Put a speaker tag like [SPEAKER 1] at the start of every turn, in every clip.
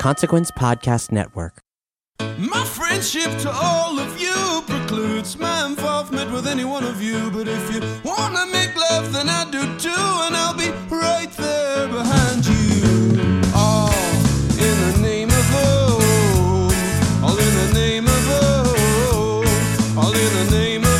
[SPEAKER 1] Consequence Podcast Network.
[SPEAKER 2] My friendship to all of you precludes my involvement with any one of you. But if you wanna make love, then I do too, and I'll be right there behind you. All in the name of love. All in the name of love. All in the name of love.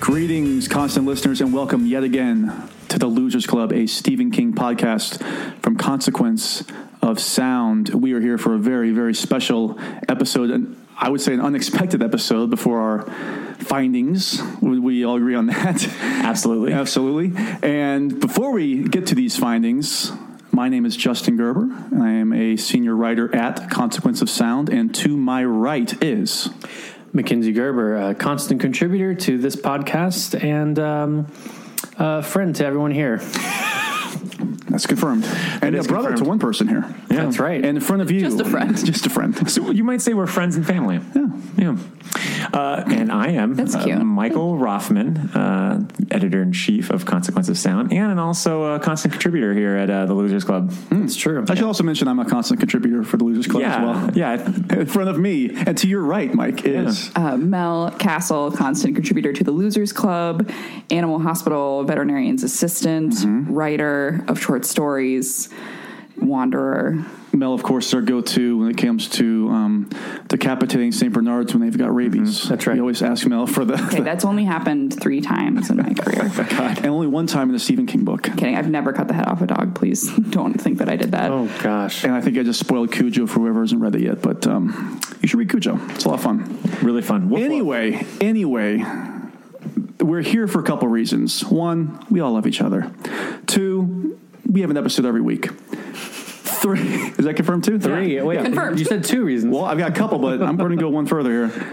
[SPEAKER 3] Greetings, constant listeners, and welcome yet again to the Losers Club, a Stephen King podcast from Consequence of Sound. We are here for a very, very special episode, and I would say an unexpected episode before our findings. Would we all agree on that? Absolutely. Absolutely. And before we get to these findings, my name is Justin Gerber, and I am a senior writer at Consequence of Sound, and to my right is.
[SPEAKER 4] Mackenzie Gerber, a constant contributor to this podcast and um, a friend to everyone here.
[SPEAKER 3] That's confirmed. And a
[SPEAKER 4] is
[SPEAKER 3] brother
[SPEAKER 4] confirmed.
[SPEAKER 3] to one person here. Yeah.
[SPEAKER 4] That's right.
[SPEAKER 3] And in front of you.
[SPEAKER 5] Just a friend.
[SPEAKER 3] Just a friend.
[SPEAKER 6] So you might say we're friends and family. Yeah. Yeah. Uh, and I am
[SPEAKER 5] That's cute.
[SPEAKER 6] Michael Rothman, uh, editor in chief of Consequence of Sound, and and also a constant contributor here at uh, the Losers Club.
[SPEAKER 4] it's true.
[SPEAKER 3] I should also mention I'm a constant contributor for the Losers Club
[SPEAKER 6] yeah.
[SPEAKER 3] Hmm. as well.
[SPEAKER 6] Yeah.
[SPEAKER 3] In front of me, and to your right, Mike, is.
[SPEAKER 5] Uh, Mel Castle, constant contributor to the Losers Club, Animal Hospital veterinarian's assistant, writer of short stories, wanderer.
[SPEAKER 3] Mel, of course, their go to when it comes to um, decapitating St. Bernards when they've got rabies.
[SPEAKER 4] Mm-hmm. That's right.
[SPEAKER 3] You always ask Mel for the.
[SPEAKER 5] Okay, that's only happened three times in my career.
[SPEAKER 3] and only one time in the Stephen King book.
[SPEAKER 5] Kidding, I've never cut the head off a dog. Please don't think that I did that.
[SPEAKER 4] Oh, gosh.
[SPEAKER 3] And I think I just spoiled Cujo for whoever hasn't read it yet, but um, you should read Cujo. It's a lot of fun.
[SPEAKER 6] Really fun. Woof, woof.
[SPEAKER 3] Anyway, anyway, we're here for a couple reasons. One, we all love each other. Two, we have an episode every week. Three, is that confirmed too?
[SPEAKER 4] Three. Wait,
[SPEAKER 5] Confirmed.
[SPEAKER 4] You said two reasons.
[SPEAKER 3] Well, I've got a couple, but I'm going to go one further here.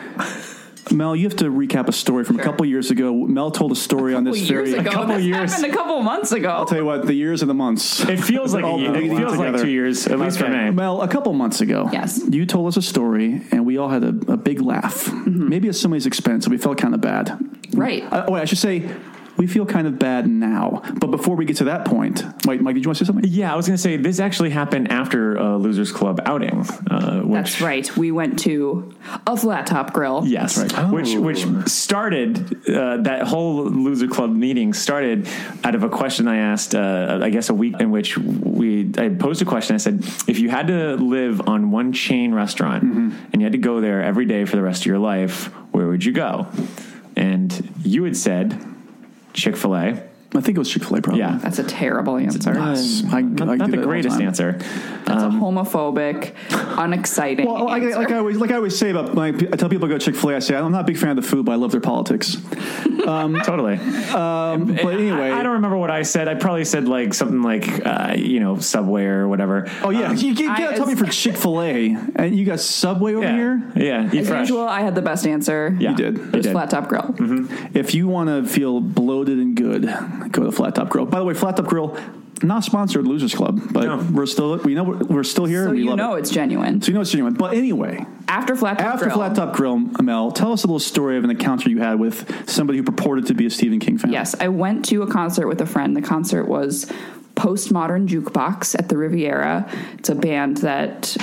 [SPEAKER 3] Mel, you have to recap a story from a couple years ago. Mel told a story on
[SPEAKER 5] Well,
[SPEAKER 3] this
[SPEAKER 5] years
[SPEAKER 3] very.
[SPEAKER 5] ago,
[SPEAKER 6] couple
[SPEAKER 5] this
[SPEAKER 6] years.
[SPEAKER 5] happened a couple months ago.
[SPEAKER 3] I'll tell you what, the years and the months.
[SPEAKER 6] It feels like a
[SPEAKER 3] All
[SPEAKER 6] year. It
[SPEAKER 3] bleeding
[SPEAKER 6] feels like
[SPEAKER 3] together.
[SPEAKER 6] two years, at least
[SPEAKER 4] Okay.
[SPEAKER 6] for me.
[SPEAKER 3] Mel, a couple months ago,
[SPEAKER 5] Yes.
[SPEAKER 3] you told us a story, and we all had a, a big laugh,
[SPEAKER 5] Mm-hmm.
[SPEAKER 3] maybe at somebody's expense, and we felt kind of bad.
[SPEAKER 5] right.
[SPEAKER 3] Uh, wait, I should say we feel kind of bad now. But before we get to that point, Mike, Mike, did you want to say something?
[SPEAKER 6] Yeah, I was going to say this actually happened after a Losers Club outing. Uh, which,
[SPEAKER 5] that's right. We went to a flat top grill.
[SPEAKER 6] Yes, which which
[SPEAKER 3] Oh.
[SPEAKER 6] started uh, that whole loser club meeting started out of a question I asked. Uh, I guess a week in which we I posed a question. I said, if you had to live on one chain restaurant
[SPEAKER 3] Mm-hmm.
[SPEAKER 6] and you had to go there every day for the rest of your life, where would you go? And you had said Chick Fil A.
[SPEAKER 3] I think it was Chick Fil A, probably.
[SPEAKER 6] Yeah. Um,
[SPEAKER 5] That's a terrible answer.
[SPEAKER 3] Yes. I,
[SPEAKER 6] Not,
[SPEAKER 3] Oh, I
[SPEAKER 6] not
[SPEAKER 3] do that
[SPEAKER 6] the
[SPEAKER 3] all
[SPEAKER 6] greatest
[SPEAKER 3] time.
[SPEAKER 6] answer.
[SPEAKER 5] That's a homophobic, unexciting.
[SPEAKER 3] Well, like,
[SPEAKER 5] answer.
[SPEAKER 3] like I always, like I always say about, my, I tell people I go Chick Fil A. I say I'm not a big fan of the food, but I love their politics.
[SPEAKER 6] Totally.
[SPEAKER 3] But anyway,
[SPEAKER 6] I, I don't remember what I said. I probably said like something like uh, you know Subway or whatever.
[SPEAKER 3] Oh yeah, you, you
[SPEAKER 5] I-
[SPEAKER 3] gotta tell me for Chick Fil A, and you got Subway over
[SPEAKER 6] yeah.
[SPEAKER 3] here.
[SPEAKER 6] Yeah, eat
[SPEAKER 5] As
[SPEAKER 6] fresh.
[SPEAKER 5] usual, I had the best answer.
[SPEAKER 6] Yeah,
[SPEAKER 3] You did.
[SPEAKER 6] you
[SPEAKER 3] It
[SPEAKER 5] It was
[SPEAKER 6] did.
[SPEAKER 5] Flat Top Grill.
[SPEAKER 3] If you want to feel bloated and good, go to Flat Top Grill. By the way, Flat Top Grill, not sponsored Losers Club, but
[SPEAKER 6] No.
[SPEAKER 3] we're still we know we're, we're still here.
[SPEAKER 5] So
[SPEAKER 3] and we
[SPEAKER 5] you
[SPEAKER 3] love
[SPEAKER 5] know
[SPEAKER 3] it.
[SPEAKER 5] it's genuine.
[SPEAKER 3] So you know it's genuine. But anyway,
[SPEAKER 5] After Flat Top
[SPEAKER 3] After
[SPEAKER 5] Grill.
[SPEAKER 3] Flat Top Grill, Mel, tell us a little story of an encounter you had with somebody who purported to be a Stephen King fan.
[SPEAKER 5] Yes, I went to a concert with a friend. The concert was Postmodern Jukebox at the Riviera. It's a band that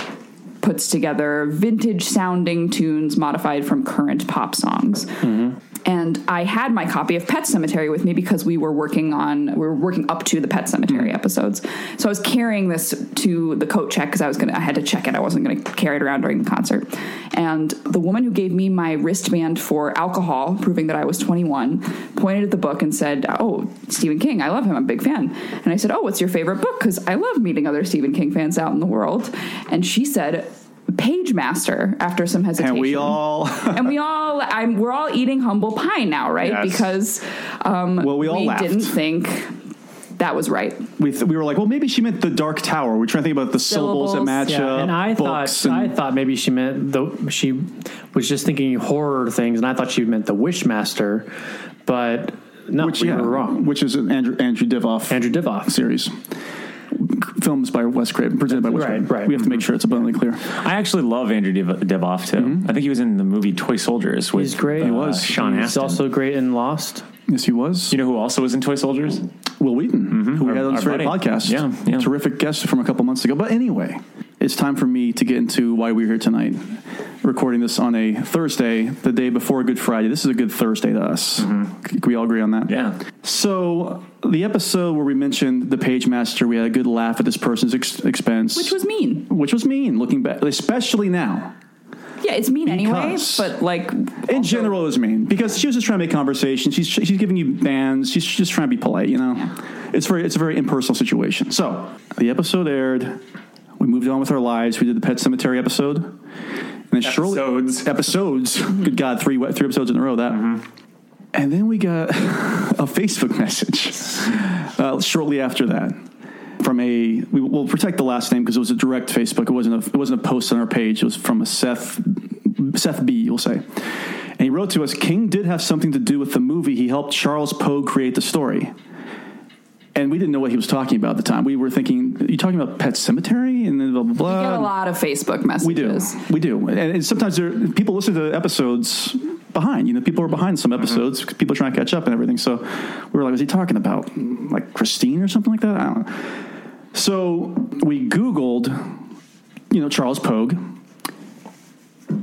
[SPEAKER 5] puts together vintage sounding tunes modified from current pop songs.
[SPEAKER 3] Mm-hmm.
[SPEAKER 5] And I had my copy of Pet Cemetery with me because we were working on we were working up to the Pet Cemetery
[SPEAKER 3] Mm.
[SPEAKER 5] episodes. So I was carrying this to the coat check because I was gonna I had to check it. I wasn't gonna carry it around during the concert. And the woman who gave me my wristband for alcohol, proving that I was 21, pointed at the book and said, "Oh, Stephen King. I love him. I'm a big fan." And I said, "Oh, what's your favorite book?" Because I love meeting other Stephen King fans out in the world. And she said. Page Master after some hesitation
[SPEAKER 3] And we all,
[SPEAKER 5] and we all I'm, we're all eating humble pie now right
[SPEAKER 3] Yes.
[SPEAKER 5] because um,
[SPEAKER 3] Well, we all laughed.
[SPEAKER 5] didn't think that was right
[SPEAKER 3] we, th- we were like, well, maybe she meant the Dark Tower. We're trying to think about the syllables, that
[SPEAKER 5] Syllables,
[SPEAKER 3] match
[SPEAKER 4] yeah,
[SPEAKER 3] up.
[SPEAKER 4] and I
[SPEAKER 3] books
[SPEAKER 4] thought
[SPEAKER 3] and-
[SPEAKER 4] I thought maybe she meant the she was just thinking horror things, and I thought she meant the Wishmaster, but no,
[SPEAKER 3] which,
[SPEAKER 4] we
[SPEAKER 3] yeah,
[SPEAKER 4] were wrong.
[SPEAKER 3] Which is an Andrew Andrew Divoff
[SPEAKER 4] Andrew Divoff.
[SPEAKER 3] series. films by Wes Craven, presented by Wes
[SPEAKER 4] Right,
[SPEAKER 3] Craven.
[SPEAKER 4] right. Mm-hmm.
[SPEAKER 3] We have to make sure it's abundantly clear.
[SPEAKER 6] I actually love Andrew Dev- Devoff too.
[SPEAKER 3] Mm-hmm.
[SPEAKER 6] I think he was in the movie Toy Soldiers. With,
[SPEAKER 4] He's great.
[SPEAKER 6] uh, Sean
[SPEAKER 4] He's
[SPEAKER 6] Astin.
[SPEAKER 4] also great in Lost.
[SPEAKER 3] Yes, he was.
[SPEAKER 6] you know who also was in Toy Soldiers?
[SPEAKER 3] Will Wheaton, who we
[SPEAKER 6] Our-
[SPEAKER 3] had on
[SPEAKER 6] Mm-hmm. our
[SPEAKER 3] this very
[SPEAKER 6] buddy.
[SPEAKER 3] podcast.
[SPEAKER 6] Yeah, yeah.
[SPEAKER 3] Terrific guest from a couple months ago. But anyway, it's time for me to get into why we're here tonight. Recording this on a Thursday, the day before Good Friday. This is a good Thursday to us. C- Can we all agree on that?
[SPEAKER 6] Mm-hmm. Yeah.
[SPEAKER 3] So, the episode where we mentioned the page master, we had a good laugh at this person's ex- expense.
[SPEAKER 5] which was mean.
[SPEAKER 3] Which was mean looking back, especially now.
[SPEAKER 5] Yeah, it's mean anyway,
[SPEAKER 3] Because-
[SPEAKER 5] but like
[SPEAKER 3] In general, it was mean because she was just trying to make conversation. She's she's giving you bands. She's just trying to be polite. You know, it's very it's a very impersonal situation. So the episode aired. We moved on with our lives. We did the Pet Cemetery episode, and then shortly
[SPEAKER 6] Episodes.
[SPEAKER 3] episodes. Good God, three three episodes in a row. That. And then we got a Facebook message uh, shortly after that from a we will protect the last name because it was a direct Facebook. It wasn't a it wasn't a post on our page. It was from a Seth Seth B. You'll say, and he wrote to us. King did have something to do with the movie. He helped Charles Poe create the story. And we didn't know what he was talking about at the time. We were thinking, "Are you talking about Pet Cemetery?" And then blah blah blah.
[SPEAKER 5] we get a lot of Facebook
[SPEAKER 3] Um, We do.
[SPEAKER 5] messages.
[SPEAKER 3] We do. And, and sometimes there, people listen to episodes behind. You know, people are behind some episodes 'cause people are trying to catch up and everything. So we were like, was he talking about like Christine or something like that? I don't know. So we Googled, you know, Charles Pogue.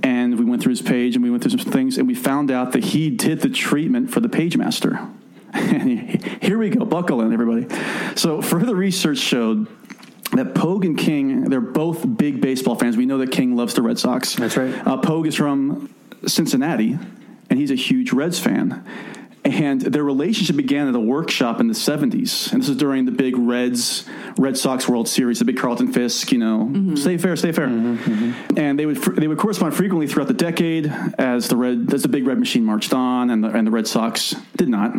[SPEAKER 3] And we went through his page and we went through some things and we found out that he did the treatment for the page master. And here we go, buckle in, everybody. So further research showed that Pogue and King, they're both big baseball fans. We know that King loves the Red Sox.
[SPEAKER 4] That's right.
[SPEAKER 3] Uh, Pogue is from Cincinnati, and he's a huge Reds fan. And their relationship began at a workshop in the 70s. And this is during the big Reds, Red Sox World Series, the big Carlton Fisk, you know, stay fair, stay fair. And they would, fr- they would correspond frequently throughout the decade as the, red, as the big Red Machine marched on and the, and the Red Sox did not.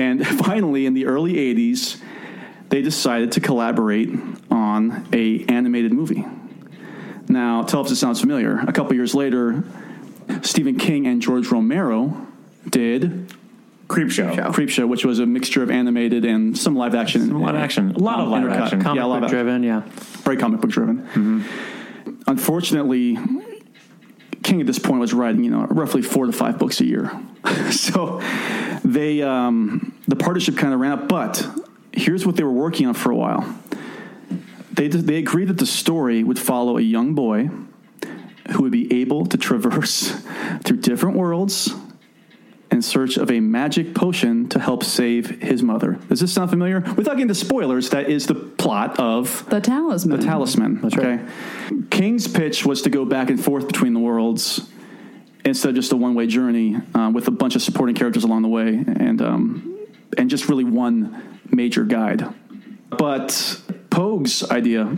[SPEAKER 3] And finally, in the early 80s, they decided to collaborate on a animated movie. Now, tell us if it sounds familiar. A couple years later, Stephen King and George Romero did
[SPEAKER 6] Creep Show.
[SPEAKER 3] Creepshow, which was a mixture of animated and some live action.
[SPEAKER 6] A lot of action. A lot of live
[SPEAKER 3] Intercut.
[SPEAKER 6] action.
[SPEAKER 3] Com-
[SPEAKER 4] Comic
[SPEAKER 3] Yeah, I love
[SPEAKER 4] book
[SPEAKER 3] that.
[SPEAKER 4] driven. Yeah.
[SPEAKER 3] Very comic book driven. Unfortunately, King at this point was writing, you know, roughly four to five books a year. so they, um, the partnership kind of ran up. But here's what they were working on for a while. They they agreed that the story would follow a young boy who would be able to traverse through different worlds in search of a magic potion to help save his mother. Does this sound familiar? Without getting into spoilers, that is the plot of
[SPEAKER 5] The talisman.
[SPEAKER 3] the talisman. That's
[SPEAKER 4] right.
[SPEAKER 3] King's pitch was to go back and forth between the worlds instead of just a one way journey uh, with a bunch of supporting characters along the way and, um, and just really one major guide. But Pogue's idea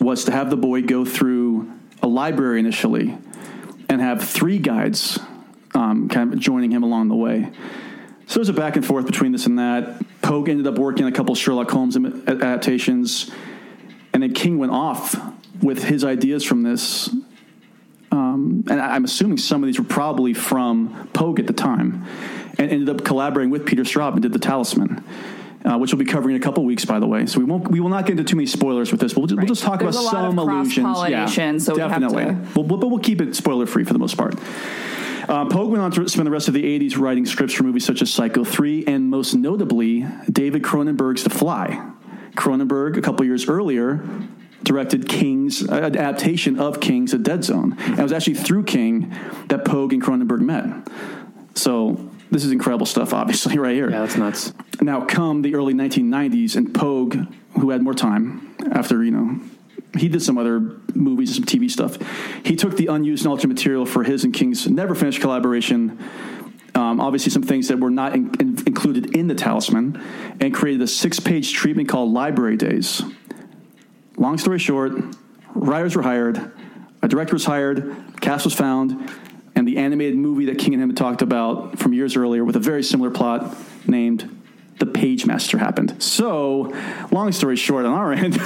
[SPEAKER 3] was to have the boy go through a library initially and have three guides um, kind of joining him along the way. So there's a back and forth between this and that. Pogue ended up working on a couple Sherlock Holmes im- adaptations, and then King went off with his ideas from this. Um, and I- I'm assuming some of these were probably from Pogue at the time, and ended up collaborating with Peter Straub and did the Talisman. Uh, which we'll be covering in a couple weeks, by the way. So we won't we will not get into too many spoilers with this. We'll just, we'll just talk
[SPEAKER 5] There's
[SPEAKER 3] about
[SPEAKER 5] a lot
[SPEAKER 3] some
[SPEAKER 5] of
[SPEAKER 3] illusions.
[SPEAKER 5] cross-pollination, so we have
[SPEAKER 3] definitely.
[SPEAKER 5] to-
[SPEAKER 3] We'll- we'll- but we'll keep it spoiler free for the most part. Um, Pogue went on to spend the rest of the 80s writing scripts for movies such as Psycho 3 and most notably David Cronenberg's The Fly. Cronenberg, a couple years earlier, directed King's uh, adaptation of King's A Dead Zone. And it was actually through King that Pogue and Cronenberg met. So this is incredible stuff, obviously, right here.
[SPEAKER 4] Yeah, that's nuts.
[SPEAKER 3] Now, come the early 1990s, and Pogue, who had more time after, you know, he did some other movies and some TV stuff, he took the unused and alternate material for his and King's never finished collaboration. Um, obviously, some things that were not in, in- included in the talisman, and created a six page treatment called Library Days. Long story short, writers were hired, a director was hired, cast was found, and the animated movie that King and him had talked about from years earlier with a very similar plot named The Page Master happened. So, long story short, on our end,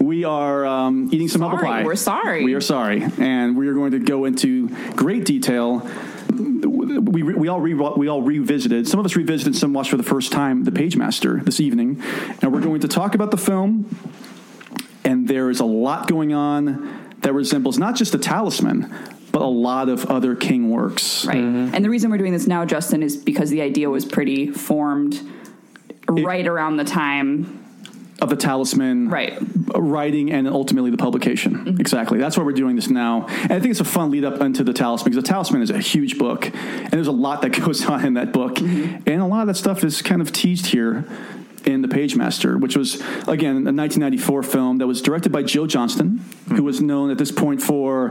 [SPEAKER 3] we are um, eating some apple
[SPEAKER 5] Sorry,
[SPEAKER 3] pie.
[SPEAKER 5] we're sorry.
[SPEAKER 3] We are sorry. And we are going to go into great detail we, we all re, we all revisited. Some of us revisited, some watched for the first time, The Pagemaster this evening, and we're going to talk about the film. And there is a lot going on that resembles not just the Talisman, but a lot of other King works.
[SPEAKER 5] Right. And the reason we're doing this now, Justin, is because the idea was pretty formed right around the time.
[SPEAKER 3] of the talisman
[SPEAKER 5] Right.
[SPEAKER 3] writing and ultimately the publication
[SPEAKER 6] Mm-hmm.
[SPEAKER 3] exactly that's why we're doing this now and i think it's a fun lead up into the talisman because the talisman is a huge book and there's a lot that goes on in that book
[SPEAKER 6] Mm-hmm.
[SPEAKER 3] and a lot of that stuff is kind of teased here in the pagemaster which was again a 1994 film that was directed by joe johnston
[SPEAKER 6] Mm-hmm.
[SPEAKER 3] who was known at this point for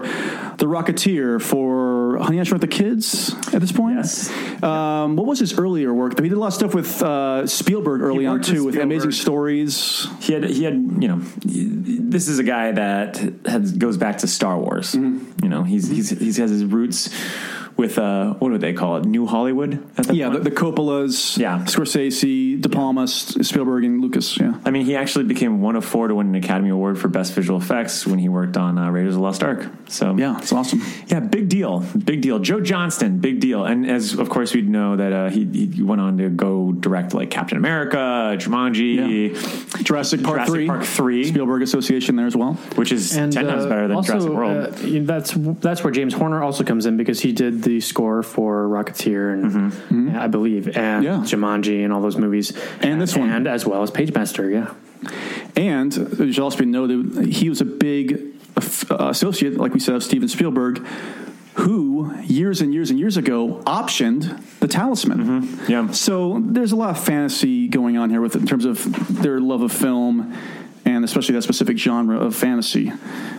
[SPEAKER 3] the rocketeer for honey i shrunk the kids at this point
[SPEAKER 6] Yes.
[SPEAKER 3] um, what was his earlier work he did a lot of stuff with uh, spielberg early on
[SPEAKER 6] worked with
[SPEAKER 3] too with amazing
[SPEAKER 6] Spielberg.
[SPEAKER 3] stories
[SPEAKER 6] he had he had you know this is a guy that has, goes back to Star Wars.
[SPEAKER 3] Mm-hmm.
[SPEAKER 6] You know he's he's he's has his roots with uh what would they call it New Hollywood at that
[SPEAKER 3] Yeah, the,
[SPEAKER 6] point?
[SPEAKER 3] the Coppolas,
[SPEAKER 6] Yeah.
[SPEAKER 3] Scorsese, De Palma, S- Spielberg, and Lucas. Yeah,
[SPEAKER 6] I mean, he actually became one of four to win an Academy Award for Best Visual Effects when he worked on uh, Raiders of the Lost Ark. So
[SPEAKER 3] yeah, it's awesome.
[SPEAKER 6] yeah, big deal, big deal. Joe Johnston, big deal. And as of course we'd know that uh, he, he went on to go direct like Captain America, Jumanji,
[SPEAKER 3] Jurassic Park
[SPEAKER 6] Jurassic
[SPEAKER 3] three,
[SPEAKER 6] Park three,
[SPEAKER 3] Spielberg Association there as well.
[SPEAKER 6] which is ten times
[SPEAKER 4] uh,
[SPEAKER 6] better than
[SPEAKER 4] also,
[SPEAKER 6] Jurassic World.
[SPEAKER 4] uh, you know, that's that's where James Horner also comes in because he did the score for Rocketeer and
[SPEAKER 6] Mm-hmm.
[SPEAKER 4] Mm-hmm. I believe and
[SPEAKER 3] Yeah.
[SPEAKER 4] Jumanji and all those movies
[SPEAKER 3] And this one.
[SPEAKER 4] and as well as Pagemaster. Yeah,
[SPEAKER 3] And it should also be noted that he was a big aff- uh, associate, like we said, of Steven Spielberg, who years and years and years ago optioned the Talisman.
[SPEAKER 6] Mm-hmm. yeah.
[SPEAKER 3] So there's a lot of fantasy going on here with in terms of their love of film and especially that specific genre of fantasy.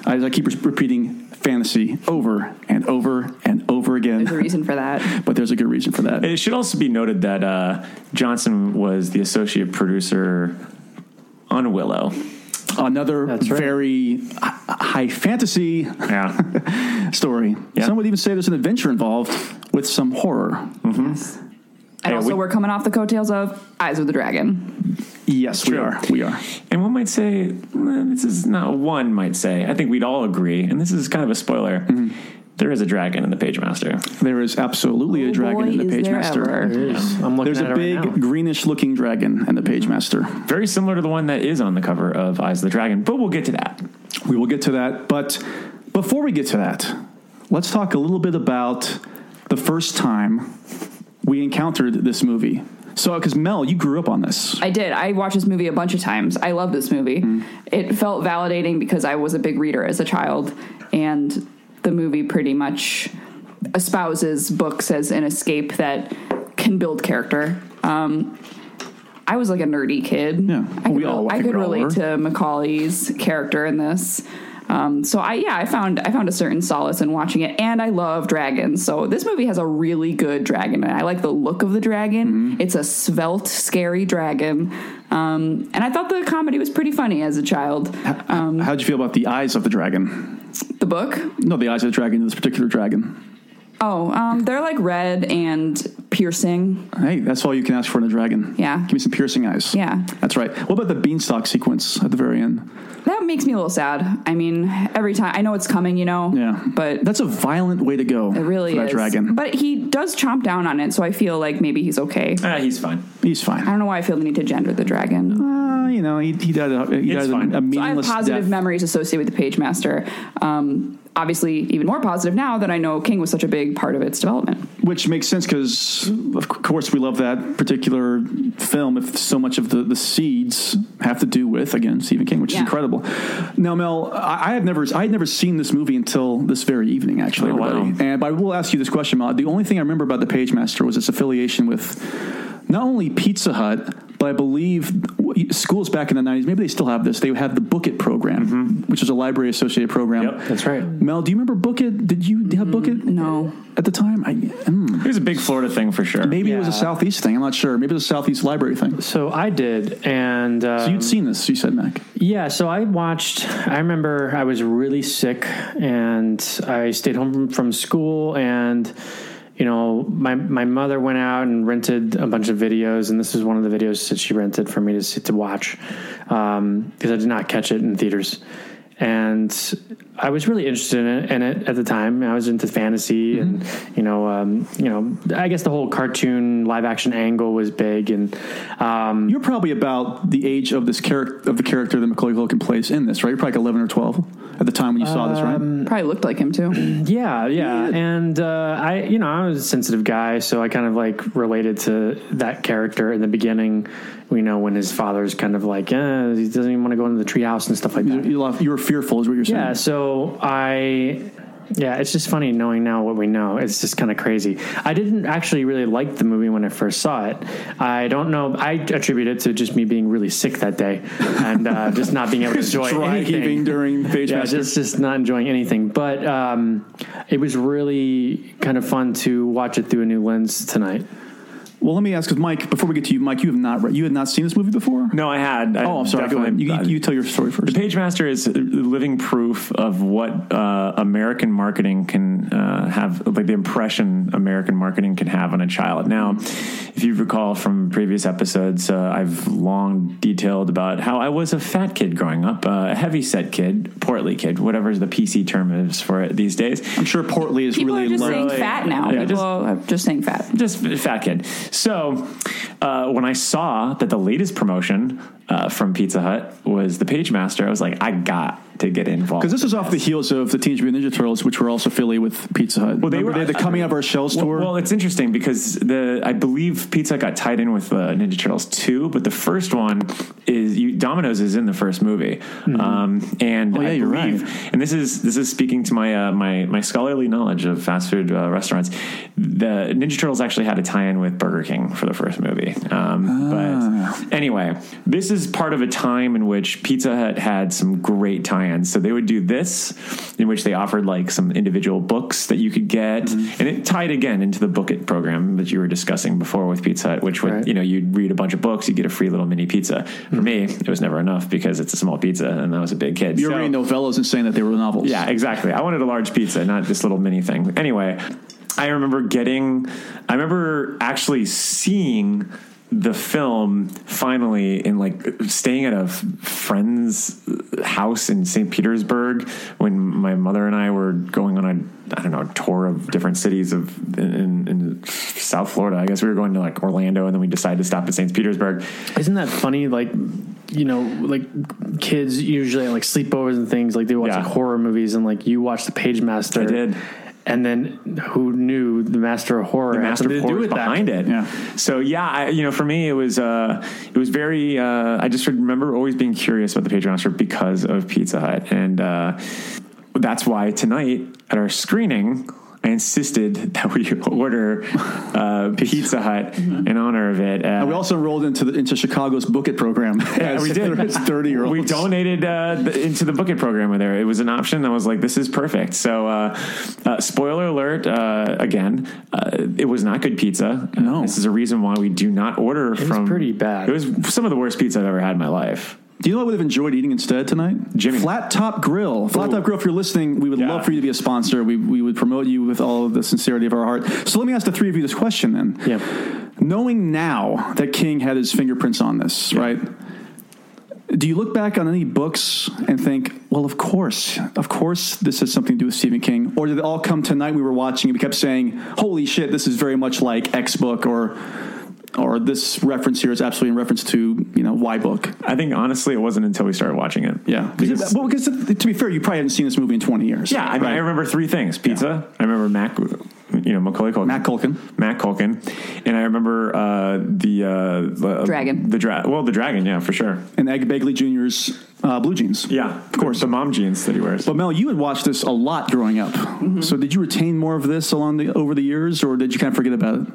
[SPEAKER 3] I, I keep re- repeating fantasy over and over and over
[SPEAKER 5] There's a
[SPEAKER 3] again,
[SPEAKER 5] reason for that.
[SPEAKER 3] but there's a good reason for that.
[SPEAKER 6] It should also be noted that uh, Johnson was the associate producer on Willow.
[SPEAKER 3] Another
[SPEAKER 4] That's right.
[SPEAKER 3] very h- high fantasy
[SPEAKER 6] Yeah.
[SPEAKER 3] story.
[SPEAKER 6] Yeah.
[SPEAKER 3] Some would even say there's an adventure involved with some horror.
[SPEAKER 5] Yes. And
[SPEAKER 6] Yeah,
[SPEAKER 5] also,
[SPEAKER 6] we-
[SPEAKER 5] we, are coming off the coattails of Eyes of the Dragon.
[SPEAKER 3] Yes, we
[SPEAKER 6] True.
[SPEAKER 3] are. We are.
[SPEAKER 6] and one might say, eh, this is not one might say, I think we'd all agree, and this is kind of a spoiler.
[SPEAKER 4] Mm-hmm.
[SPEAKER 6] There is a dragon in the Pagemaster.
[SPEAKER 3] There is absolutely a
[SPEAKER 5] Oh
[SPEAKER 3] dragon
[SPEAKER 5] boy,
[SPEAKER 3] in the
[SPEAKER 5] is there
[SPEAKER 3] Pagemaster.
[SPEAKER 5] ever.
[SPEAKER 4] there is. I'm looking
[SPEAKER 3] There's
[SPEAKER 4] at
[SPEAKER 3] a
[SPEAKER 4] it
[SPEAKER 3] big
[SPEAKER 4] right now.
[SPEAKER 3] greenish looking dragon in the
[SPEAKER 5] Mm-hmm.
[SPEAKER 3] Pagemaster.
[SPEAKER 6] Very similar to the one that is on the cover of Eyes of the Dragon, but we'll get to that.
[SPEAKER 3] We will get to that. But before we get to that, let's talk a little bit about the first time we encountered this movie. So, because Mel, you grew up on this.
[SPEAKER 5] I did. I watched this movie a bunch of times. I love this movie.
[SPEAKER 3] Hmm.
[SPEAKER 5] It felt validating because I was a big reader as a child, and the movie pretty much espouses books as an escape that can build character. Um, I was like a nerdy kid.
[SPEAKER 3] Yeah.
[SPEAKER 5] I could,
[SPEAKER 3] We all- I
[SPEAKER 5] I
[SPEAKER 3] think
[SPEAKER 5] could
[SPEAKER 3] we all
[SPEAKER 5] relate
[SPEAKER 3] were.
[SPEAKER 5] to Macaulay's character in this. Um, so I yeah I found I found a certain solace in watching it, and I love dragons. So this movie has a really good dragon, and I like the look of the dragon.
[SPEAKER 3] Mm-hmm.
[SPEAKER 5] It's a svelte, scary dragon, um, and I thought the comedy was pretty funny as a child. Um,
[SPEAKER 3] How'd you feel about the eyes of the dragon?
[SPEAKER 5] The book,
[SPEAKER 3] No, the eyes of the dragon, this particular dragon.
[SPEAKER 5] oh, um, they're like red and piercing.
[SPEAKER 3] Hey, that's all you can ask for in a dragon.
[SPEAKER 5] Yeah.
[SPEAKER 3] Give me some piercing eyes.
[SPEAKER 5] Yeah,
[SPEAKER 3] That's right. What about the beanstalk sequence at the very end?
[SPEAKER 5] that makes me a little sad. I mean, every time I know it's coming, you know.
[SPEAKER 3] Yeah.
[SPEAKER 5] but
[SPEAKER 3] That's a violent way to go.
[SPEAKER 5] It really
[SPEAKER 3] for that
[SPEAKER 5] is.
[SPEAKER 3] dragon.
[SPEAKER 5] But he does chomp down on it, so I feel like maybe he's okay.
[SPEAKER 6] Ah, he's fine.
[SPEAKER 3] He's
[SPEAKER 5] I
[SPEAKER 3] fine.
[SPEAKER 5] don't know why I feel the need to gender the dragon.
[SPEAKER 3] Uh, you know, he, he died a, he
[SPEAKER 6] It's
[SPEAKER 3] died a- a
[SPEAKER 6] fine.
[SPEAKER 5] So I have
[SPEAKER 3] meaningless
[SPEAKER 5] positive
[SPEAKER 3] death.
[SPEAKER 5] memories associated with the Pagemaster. Um, obviously, even more positive now that I know King was such a big part of its development.
[SPEAKER 3] which makes sense because of course we love that particular film if so much of the, the seeds have to do with again stephen king which is
[SPEAKER 5] Yeah.
[SPEAKER 3] incredible now mel i I had never i had never seen this movie until this very evening actually
[SPEAKER 6] Oh, wow.
[SPEAKER 3] everybody. and but i will ask you this question mel the only thing i remember about the pagemaster was its affiliation with not only pizza hut but I believe schools back in the 90s, maybe they still have this. They had the Book It program, which was a library associated program.
[SPEAKER 6] Mm-hmm. Yep.
[SPEAKER 4] That's right.
[SPEAKER 3] Mel, do you remember Book It? Did you have Book It?
[SPEAKER 5] Mm, no.
[SPEAKER 3] At the time? I, mm.
[SPEAKER 6] It was a big Florida thing for sure.
[SPEAKER 3] Maybe it was a
[SPEAKER 4] Yeah.
[SPEAKER 3] southeast thing. I'm not sure. Maybe it was a southeast library thing. So
[SPEAKER 4] So I did, and um,
[SPEAKER 3] you'd seen this. You said Mac.
[SPEAKER 4] Yeah, so I watched. I remember I was really sick, and I stayed home from, from school, and you know, my my mother went out and rented a bunch of videos, and this is one of the videos that she rented for me um, to see, to watch because I did not catch it in theaters, and I was really interested in it, in it at the time. I was into fantasy, and you know, um, you know, I guess the whole cartoon live action angle was big, and um,
[SPEAKER 3] You're probably about the age of this character of the character that Macaulay Culkin plays in this, right? You're probably like eleven or twelve at the time when you saw this,
[SPEAKER 6] Um,
[SPEAKER 3] right?
[SPEAKER 5] Probably looked like him too.
[SPEAKER 4] Yeah, yeah, and uh, I, you know, I was a sensitive guy, so I kind of like related to that character in the beginning. You know, when his father's kind of like, eh, he doesn't even want to go into the treehouse and stuff like
[SPEAKER 3] You,
[SPEAKER 4] that.
[SPEAKER 3] you love- you were fearful, is what you're saying.
[SPEAKER 4] Yeah, so I. Yeah, it's just funny knowing now what we know. It's just kind of crazy. I didn't actually really like the movie when I first saw it. I don't know. I attribute it to just me being really sick that day and uh, just not being able to enjoy
[SPEAKER 3] Dry
[SPEAKER 4] anything.
[SPEAKER 3] heaving during Page
[SPEAKER 4] Yeah,
[SPEAKER 3] Master.
[SPEAKER 4] just just not enjoying anything. But um, it was really kind of fun to watch it through a new lens tonight.
[SPEAKER 3] Well, let me ask, because Mike, before we get to you, Mike, you have not read, you had not seen this movie before.
[SPEAKER 6] No, I had. I
[SPEAKER 3] Oh, I'm sorry. Go ahead.
[SPEAKER 6] definitely-
[SPEAKER 3] You, you tell your story first.
[SPEAKER 6] The PageMaster is living proof of what uh, American marketing can uh, have, like the impression American marketing can have on a child. Now, if you recall from previous episodes, uh, I've long detailed about how I was a fat kid growing up, uh, a heavy set kid, portly kid, whatever the PC term is for it these days.
[SPEAKER 3] I'm sure Portly is
[SPEAKER 5] People
[SPEAKER 3] really
[SPEAKER 5] are just
[SPEAKER 3] low.
[SPEAKER 5] saying fat now.
[SPEAKER 6] Yeah,
[SPEAKER 5] People
[SPEAKER 6] just-
[SPEAKER 5] are just saying fat.
[SPEAKER 6] just a fat kid. So uh, when I saw that the latest promotion uh, from Pizza Hut was the Page Master, I was like, I got to get involved.
[SPEAKER 3] Because this is off the heels of the Teenage Mutant Ninja Turtles, which were also affiliated with Pizza Hut. Well,
[SPEAKER 6] they
[SPEAKER 3] they
[SPEAKER 6] were-
[SPEAKER 3] were they had the coming out of our shells
[SPEAKER 6] Well,
[SPEAKER 3] tour.
[SPEAKER 6] well, it's interesting because the I believe Pizza Hut got tied in with uh, Ninja Turtles two, but the first one is you, Domino's is in the first movie, um, and
[SPEAKER 3] Hmm. Oh, yeah,
[SPEAKER 6] I
[SPEAKER 3] you're
[SPEAKER 6] believe, and this is this is speaking to my uh, my my scholarly knowledge of fast food uh, restaurants. The Ninja Turtles actually had a tie in with Burger King for the first movie, um, but anyway, this is part of a time in which Pizza Hut had some great tie-ins. So they would do this, in which they offered like some individual books that you could get, and it tied again into the book it program that you were discussing before with Pizza Hut, which would
[SPEAKER 4] Right.
[SPEAKER 6] you know you'd read a bunch of books, you would get a free little mini pizza. For me, it was never enough because it's a small pizza, and I was a big kid.
[SPEAKER 3] You're
[SPEAKER 6] So-
[SPEAKER 3] reading novellas and saying that they were novels.
[SPEAKER 6] yeah, exactly. I wanted a large pizza, not this little mini thing. Anyway, I remember getting, I remember actually seeing the film finally in like staying at a f- friend's house in St. Petersburg when my mother and I were going on a I don't know tour of different cities of in, in South Florida. I guess we were going to like Orlando and then we decided to stop at St. Petersburg.
[SPEAKER 4] Isn't that funny? Like, you know, like kids usually at like sleepovers and things like they watch
[SPEAKER 6] Yeah.
[SPEAKER 4] like horror movies and like you watch the Page Master.
[SPEAKER 6] I did.
[SPEAKER 4] And then who knew the Master of Horror?
[SPEAKER 6] the
[SPEAKER 4] had
[SPEAKER 6] master
[SPEAKER 4] something to do
[SPEAKER 6] force
[SPEAKER 4] with that?
[SPEAKER 6] behind it.
[SPEAKER 3] Yeah.
[SPEAKER 6] So yeah, I, you know, for me it was uh, it was very. Uh, I just remember always being curious about the Page Master because of Pizza Hut, and uh, that's why tonight at our screening. I insisted that we order uh, Pizza Hut in honor of it. Uh,
[SPEAKER 3] And we also enrolled into the into Chicago's Book It program.
[SPEAKER 6] yeah, we did.
[SPEAKER 3] It's thirty year olds.
[SPEAKER 6] We donated uh, th- into the Book It program with her. It was an option. I was like, this is perfect. So, uh, uh, spoiler alert uh, again, uh, it was not good pizza. Uh,
[SPEAKER 3] No.
[SPEAKER 6] This is a reason why we do not order
[SPEAKER 4] was
[SPEAKER 6] from.
[SPEAKER 4] pretty bad.
[SPEAKER 6] It was some of the worst pizza I've ever had in my life.
[SPEAKER 3] Do you know what I would have enjoyed eating instead tonight?
[SPEAKER 6] Jimmy.
[SPEAKER 3] Flat Top Grill. Flat Top Grill, if you're listening, we would
[SPEAKER 6] Yeah.
[SPEAKER 3] love for you to be a sponsor. We, we would promote you with all of the sincerity of our heart. So let me ask the three of you this question then.
[SPEAKER 4] Yeah.
[SPEAKER 3] Knowing now that King had his fingerprints on this, right? Do you look back on any books and think, well, of course, of course, this has something to do with Stephen King? Or did it all come tonight? We were watching and we kept saying, holy shit, this is very much like X book or. Or this reference here is absolutely in reference to you know Y book.
[SPEAKER 6] I think honestly, it wasn't until we started watching it.
[SPEAKER 3] Yeah,
[SPEAKER 6] Because-
[SPEAKER 3] well, because uh, to, to be fair, you probably haven't seen this movie in twenty years.
[SPEAKER 6] Yeah, I mean, I remember three things: pizza. I remember Mac, you know, Macaulay Culkin,
[SPEAKER 3] Matt Culkin.
[SPEAKER 6] Matt Culkin, and I remember uh, the uh, the-
[SPEAKER 5] Dragon.
[SPEAKER 6] the dra- well, the dragon, yeah, for sure,
[SPEAKER 3] and Egg Begley Jr.'s uh, blue jeans.
[SPEAKER 6] yeah, of course, the mom jeans that he wears.
[SPEAKER 3] But Mel, you had watched this a lot growing up. So did you retain more of this along the over the years, or did you kind of forget about it?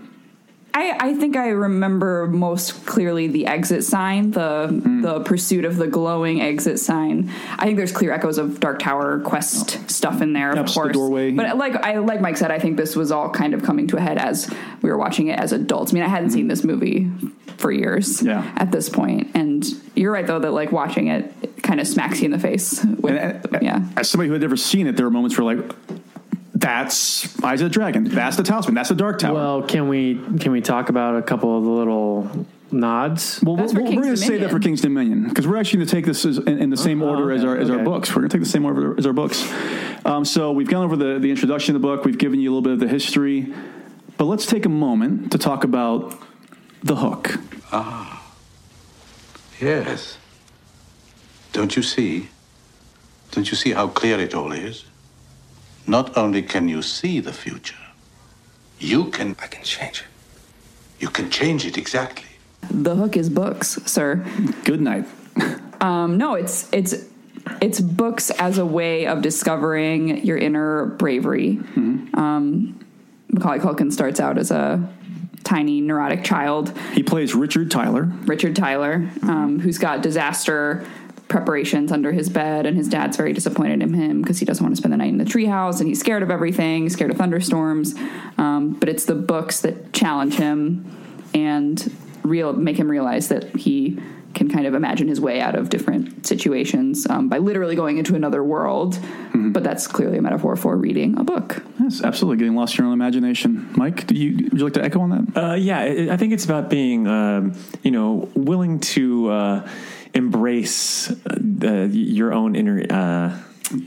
[SPEAKER 5] I, I think I remember most clearly the exit sign, the
[SPEAKER 3] Mm.
[SPEAKER 5] the pursuit of the glowing exit sign. I think there's clear echoes of Dark Tower quest stuff in there, of
[SPEAKER 3] Ups the
[SPEAKER 5] course.
[SPEAKER 3] doorway.
[SPEAKER 5] But uh, like I like Mike said, I think this was all kind of coming to a head as we were watching it as adults. I mean, I hadn't seen this movie for years
[SPEAKER 3] Mm. Yeah.
[SPEAKER 5] at this point, and you're right though that like watching it, it kind of smacks you in the face. With,
[SPEAKER 3] And, uh,
[SPEAKER 5] yeah,
[SPEAKER 3] As somebody who had never seen it, there were moments where like, that's Eyes of the Dragon. That's the Talisman. That's the Dark Tower.
[SPEAKER 4] Well, can we can we talk about a couple of the little nods.
[SPEAKER 3] Well,
[SPEAKER 5] That's
[SPEAKER 3] we're, we're
[SPEAKER 5] for
[SPEAKER 3] going to
[SPEAKER 5] King's
[SPEAKER 3] say that for
[SPEAKER 5] Dominion.
[SPEAKER 3] King's Dominion because we're actually going to take this as, in, in the same order as
[SPEAKER 4] okay,
[SPEAKER 3] our as our
[SPEAKER 4] Uh-huh. okay.
[SPEAKER 3] books. We're going to take the same order as our books. Um, so we've gone over the the introduction of the book. We've given you a little bit of the history, but let's take a moment to talk about the hook.
[SPEAKER 7] Yes. Don't you see? Don't you see how clear it all is? Not only can you see the future, you can. I can change it. You can change it exactly.
[SPEAKER 5] The hook is books, sir.
[SPEAKER 3] Good night.
[SPEAKER 5] Um, no, it's it's it's books as a way of discovering your inner bravery. Um, Macaulay Culkin starts out as a tiny neurotic child,
[SPEAKER 3] He plays Richard Tyler.
[SPEAKER 5] Richard Tyler, um, who's got disaster preparations under his bed, and his dad's very disappointed in him because he doesn't want to spend the night in the treehouse, and he's scared of everything, scared of thunderstorms. Um, but it's the books that challenge him and real make him realize that he can kind of imagine his way out of different situations um, by literally going into another world. But that's clearly a metaphor for reading a book.
[SPEAKER 3] Yes, absolutely. Getting lost in your own imagination. Mike, do you would you like to echo on that?
[SPEAKER 6] Uh, yeah, I I think it's about being, um, you know, willing to uh, embrace uh, the, your own inner uh,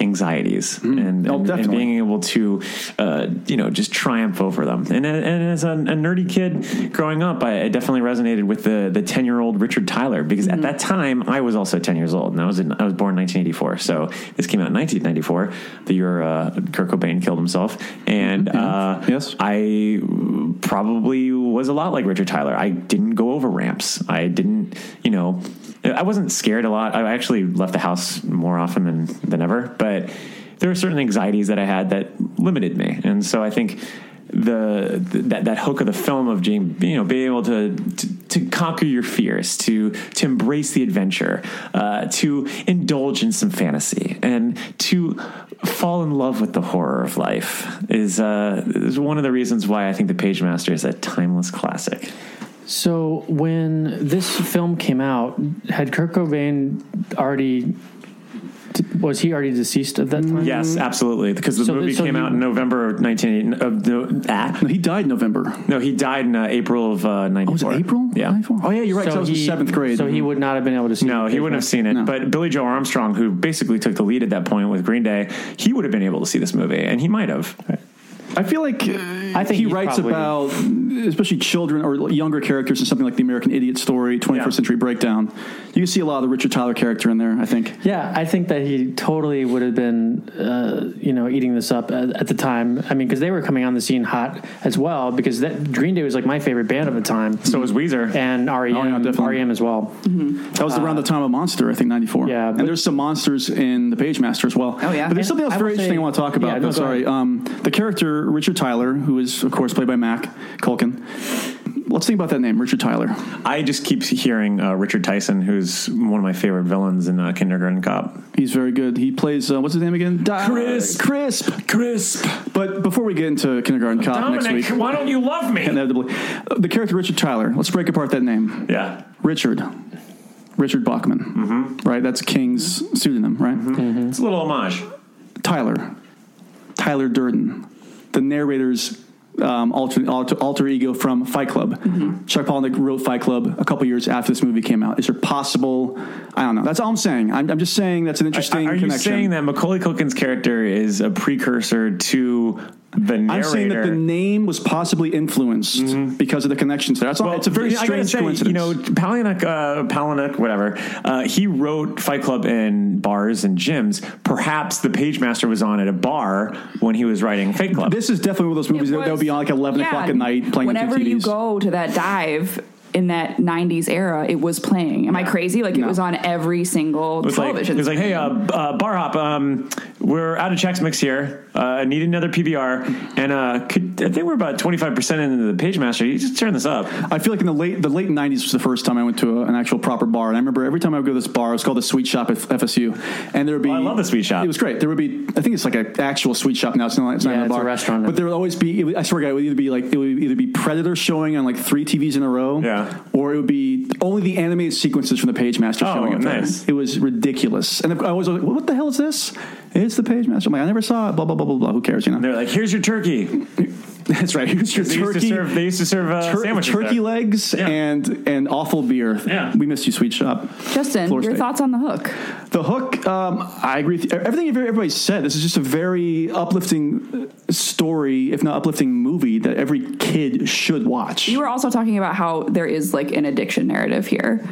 [SPEAKER 6] anxieties and,
[SPEAKER 3] Oh,
[SPEAKER 6] and- and
[SPEAKER 3] definitely.
[SPEAKER 6] being able to, uh, you know, just triumph over them. And, and as a, a nerdy kid growing up, I, I definitely resonated with the the ten year old Richard Tyler because
[SPEAKER 3] Mm-hmm.
[SPEAKER 6] at that time I was also ten years old and I was in, I was born in 1984, so this came out in 1994, the year uh, Kurt Cobain killed himself, and
[SPEAKER 3] Mm-hmm.
[SPEAKER 6] uh,
[SPEAKER 3] Yes.
[SPEAKER 6] I probably was a lot like Richard Tyler. I didn't go over ramps. I didn't, you know, I wasn't scared a lot. I actually left the house more often than, than ever, but there were certain anxieties that I had that limited me. And so I think the, th- that, that hook of the film of Jane, you know, being able to, to, to conquer your fears, to, to embrace the adventure, uh, to indulge in some fantasy and to fall in love with the horror of life is uh, is one of the reasons why I think The Page Master is a timeless classic.
[SPEAKER 4] So when this film came out, had Kurt Cobain already was he already deceased at that time?
[SPEAKER 6] Yes,
[SPEAKER 3] Mm-hmm.
[SPEAKER 6] absolutely, because the
[SPEAKER 4] So-
[SPEAKER 6] movie
[SPEAKER 4] so
[SPEAKER 6] came
[SPEAKER 4] you-
[SPEAKER 6] out in November of 1980. Of the, ah,
[SPEAKER 3] No, he died in November.
[SPEAKER 6] no, he died in uh, April of uh,
[SPEAKER 3] Oh,
[SPEAKER 6] 94.
[SPEAKER 3] was it April?
[SPEAKER 6] Yeah.
[SPEAKER 3] Oh, yeah, you're right. So that was in seventh grade.
[SPEAKER 4] So he would not have been able to see.
[SPEAKER 6] No,
[SPEAKER 4] the
[SPEAKER 6] he wouldn't have
[SPEAKER 4] picture.
[SPEAKER 6] seen it.
[SPEAKER 3] No.
[SPEAKER 6] But Billy Joe Armstrong, who basically took the lead at that point with Green Day, he would have been able to see this movie, and he might have.
[SPEAKER 3] I feel like uh,
[SPEAKER 4] I think
[SPEAKER 3] he
[SPEAKER 4] he
[SPEAKER 3] writes
[SPEAKER 4] probably-
[SPEAKER 3] about especially children or younger characters in something like the American Idiot story, 21st
[SPEAKER 6] Yeah.
[SPEAKER 3] Century Breakdown. You can see a lot of the Richard Tyler character in there. I think
[SPEAKER 4] Yeah, I think that he totally would have been, uh, you know, eating this up at, at the time. I mean, because they were coming on the scene hot as well. Because that Green Day was like my favorite band at the time,
[SPEAKER 6] So was Weezer.
[SPEAKER 4] and E REM,
[SPEAKER 3] Oh, yeah, definitely.
[SPEAKER 4] REM as well.
[SPEAKER 3] that was around the time of Monster. I think 94.
[SPEAKER 4] Uh, Yeah, but-
[SPEAKER 3] and there's some monsters in the Page Master as well.
[SPEAKER 5] Oh, yeah.
[SPEAKER 3] but there's
[SPEAKER 5] And
[SPEAKER 3] something else
[SPEAKER 4] I
[SPEAKER 3] very
[SPEAKER 4] will say-
[SPEAKER 3] interesting I want to talk about.
[SPEAKER 4] Yeah, no,
[SPEAKER 3] though,
[SPEAKER 4] go
[SPEAKER 3] sorry,
[SPEAKER 4] ahead.
[SPEAKER 3] um, the character Richard Tyler, who is of course played by Mac Culkin. Let's think about that name, Richard Tyler.
[SPEAKER 6] I just keep hearing uh, Richard Tyson, who's one of my favorite villains in uh, Kindergarten Cop.
[SPEAKER 3] He's very good. He plays uh, what's his name again? Di-
[SPEAKER 6] Crisp.
[SPEAKER 3] Crisp.
[SPEAKER 6] Crisp.
[SPEAKER 3] But before we get into Kindergarten Cop next week,
[SPEAKER 6] why don't you love me?
[SPEAKER 3] inevitably, uh, the character Richard Tyler. Let's break apart that name.
[SPEAKER 6] Yeah.
[SPEAKER 3] Richard. Richard Bachman.
[SPEAKER 6] Mm-hmm.
[SPEAKER 3] Right? That's King's pseudonym, right?
[SPEAKER 6] It's a little homage.
[SPEAKER 3] Tyler. Tyler Durden. The narrator's um, alter, alter, alter ego from Fight Club.
[SPEAKER 6] Mm-hmm.
[SPEAKER 3] Chuck Palahniuk wrote Fight Club a couple years after this movie came out. Is there possible? I don't know. That's all I'm saying. I'm, I'm just saying that's an interesting
[SPEAKER 6] Are you
[SPEAKER 3] connection.
[SPEAKER 6] saying that Macaulay Culkin's character is a precursor to the narrator? Mm-hmm.
[SPEAKER 3] I'm saying that the name was possibly influenced because of the connections there. That's all. it's a very
[SPEAKER 6] I gotta
[SPEAKER 3] strange
[SPEAKER 6] say,
[SPEAKER 3] coincidence.
[SPEAKER 6] You know, Palinuk, uh, Palinuk, whatever. Uh, he wrote Fight Club in bars and gyms. Perhaps the page master was on at a bar when he was writing Fight Club.
[SPEAKER 3] this is definitely one of those movies that, that would be on like 11
[SPEAKER 5] Yeah,
[SPEAKER 3] o'clock at night playing
[SPEAKER 5] Whenever
[SPEAKER 3] on two TVs.
[SPEAKER 5] you go to that dive in that '90s era, it was playing. Am I crazy? Like
[SPEAKER 3] No.
[SPEAKER 5] it was on every single
[SPEAKER 6] It was like,
[SPEAKER 5] television.
[SPEAKER 6] it was like,
[SPEAKER 5] screen.
[SPEAKER 6] hey, uh, uh, bar hop, um, we're out of checks mix here. Uh, need another PBR, and uh, could, I think we're about twenty five percent into the page master. You just turn this up.
[SPEAKER 3] I feel like in the late the late '90s was the first time I went to a, an actual proper bar, and I remember every time I would go to this bar, it was called the Sweet Shop at FSU, and there would be
[SPEAKER 6] Oh, I love the Sweet Shop.
[SPEAKER 3] It was great. There would be I think it's like an actual sweet shop now. It's not it's not
[SPEAKER 4] Yeah,
[SPEAKER 3] a
[SPEAKER 4] it's a
[SPEAKER 3] bar
[SPEAKER 4] restaurant now.
[SPEAKER 3] but there would always be. It would, I swear, to God, it would either be like it would either be Predator showing on like three TVs in a row,
[SPEAKER 6] Yeah.
[SPEAKER 3] or it would be only the animated sequences from the Page Master
[SPEAKER 6] Oh,
[SPEAKER 3] showing. up there.
[SPEAKER 6] nice.
[SPEAKER 3] It was ridiculous, and I was like, "What the hell is this?" It's the Page Master. I'm like, I never saw it. Blah blah blah blah blah. Who cares? You know.
[SPEAKER 6] And they're like, here's your turkey.
[SPEAKER 3] That's right. Here's your
[SPEAKER 6] They used to
[SPEAKER 3] turkey.
[SPEAKER 6] serve, they used to serve uh,
[SPEAKER 3] tur-
[SPEAKER 6] sandwiches
[SPEAKER 3] turkey
[SPEAKER 6] there.
[SPEAKER 3] legs
[SPEAKER 6] Yeah.
[SPEAKER 3] and and awful beer.
[SPEAKER 6] Yeah.
[SPEAKER 3] we miss you, sweet shop.
[SPEAKER 5] Justin,
[SPEAKER 3] Floor
[SPEAKER 5] your
[SPEAKER 3] state.
[SPEAKER 5] thoughts on the hook?
[SPEAKER 3] The hook. Um, I agree with everything everybody said. This is just a very uplifting uh, story, if not uplifting movie, that every kid should watch.
[SPEAKER 5] You were also talking about how there is like an addiction narrative here.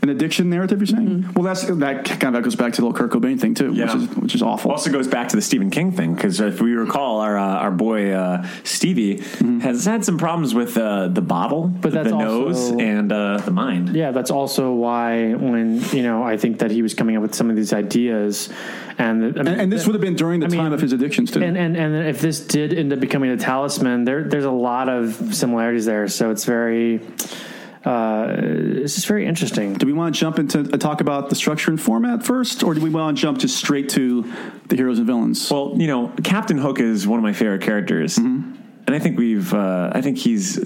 [SPEAKER 3] An addiction narrative, you're saying?
[SPEAKER 5] Mm-hmm.
[SPEAKER 3] Well, that's that kind of goes back to the little Kurt Cobain thing too,
[SPEAKER 6] Yeah.
[SPEAKER 3] which is which is awful.
[SPEAKER 6] Also goes back to the Stephen King thing because if we recall, our uh, our boy uh, Stevie has had some problems with uh, the bottle, but
[SPEAKER 4] that's
[SPEAKER 6] the
[SPEAKER 4] also-
[SPEAKER 6] nose, and uh, the mind.
[SPEAKER 4] Yeah, that's also why when you know I think that he was coming up with some of these ideas, and I mean,
[SPEAKER 3] and, and this would have been during the
[SPEAKER 4] I mean,
[SPEAKER 3] time of his addictions too.
[SPEAKER 4] And, and and if this did end up becoming a talisman, there there's a lot of similarities there. So it's very, uh, it's just very interesting.
[SPEAKER 3] do we want to jump into a talk about the structure and format first, or do we want to jump just straight to the heroes and villains?
[SPEAKER 6] Well, you know, Captain Hook is one of my favorite characters. And I think we've, uh, I think he's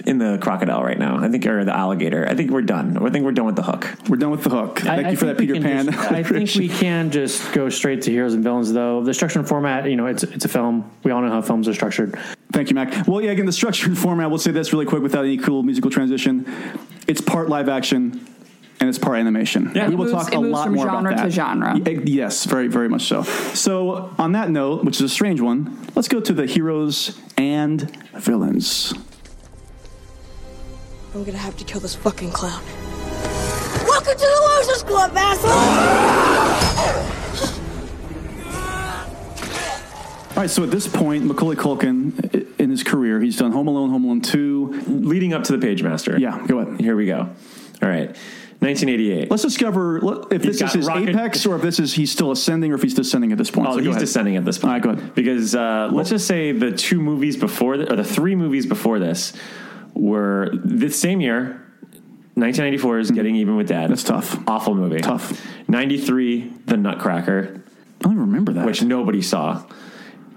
[SPEAKER 6] in the crocodile right now. I think, or the alligator. I think we're done. I think we're done with the hook.
[SPEAKER 3] We're done with the hook. Thank
[SPEAKER 4] I- I
[SPEAKER 3] you for that,
[SPEAKER 4] think we
[SPEAKER 3] Peter
[SPEAKER 4] can
[SPEAKER 3] Pan.
[SPEAKER 4] just- I think we can just go straight to heroes and villains, though. The structure and format, you know, it's it's a film. We all know how films are structured.
[SPEAKER 3] Thank you, Mac. Well, yeah, again, the structure and format, we'll say this really quick without any cool musical transition. It's part live action and it's part animation.
[SPEAKER 6] Yeah.
[SPEAKER 3] we
[SPEAKER 6] It
[SPEAKER 3] will
[SPEAKER 5] moves-
[SPEAKER 3] talk
[SPEAKER 5] it
[SPEAKER 3] a
[SPEAKER 5] moves
[SPEAKER 3] lot
[SPEAKER 5] from
[SPEAKER 3] more
[SPEAKER 5] genre
[SPEAKER 3] about
[SPEAKER 5] to
[SPEAKER 3] that.
[SPEAKER 5] genre.
[SPEAKER 3] Y- eh, Yes, very, very much so. So, on that note, which is a strange one, let's go to the heroes and villains.
[SPEAKER 8] I'm gonna have to kill this fucking clown. Welcome to the Losers Club, asshole!
[SPEAKER 3] All right, so at this point, Macaulay Culkin, i- in his career, he's done Home Alone, Home Alone 2.
[SPEAKER 6] Leading up to the Page Master.
[SPEAKER 3] Yeah, go ahead.
[SPEAKER 6] Here we go. All right. 1988.
[SPEAKER 3] Let's discover let- if
[SPEAKER 6] He's
[SPEAKER 3] this
[SPEAKER 6] got
[SPEAKER 3] is his
[SPEAKER 6] rocket-
[SPEAKER 3] apex or if this is he's still ascending or if he's descending at this point.
[SPEAKER 6] Oh,
[SPEAKER 3] So go
[SPEAKER 6] he's
[SPEAKER 3] ahead.
[SPEAKER 6] descending at this point.
[SPEAKER 3] All right, go ahead.
[SPEAKER 6] Because uh, let's just say the two movies before, th- or the three movies before this, were the same year. 1994 is Getting Even with Dad.
[SPEAKER 3] Hmm. That's tough.
[SPEAKER 6] Awful movie.
[SPEAKER 3] Tough.
[SPEAKER 6] 93, The Nutcracker,
[SPEAKER 3] I don't even remember that.
[SPEAKER 6] which nobody saw,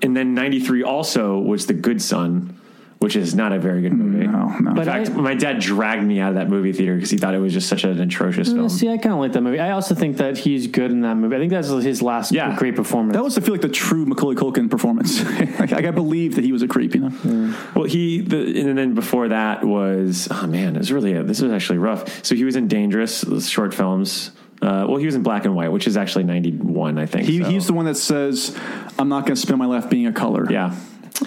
[SPEAKER 6] and then 93 also was The Good Son, which is not a very good movie.
[SPEAKER 3] no, no.
[SPEAKER 6] In
[SPEAKER 4] But
[SPEAKER 6] fact,
[SPEAKER 4] I-
[SPEAKER 6] my dad dragged me out of that movie theater because he thought it was just such an atrocious film.
[SPEAKER 4] See, I kind of like that movie. I also think that he's good in that movie. I think that's his last
[SPEAKER 6] Yeah.
[SPEAKER 4] great performance.
[SPEAKER 3] That was, I feel like, the true Macaulay Culkin performance. like, I believe that he was a creep, you know?
[SPEAKER 6] Well, he the, and then before that was oh man, it was really this was actually rough. So he was in Dangerous those short films. Uh, well, he was in Black and White, which is actually ninety one, I think.
[SPEAKER 3] He,
[SPEAKER 6] so.
[SPEAKER 3] He's the one that says, I'm not going to spend my life being a color.
[SPEAKER 6] yeah,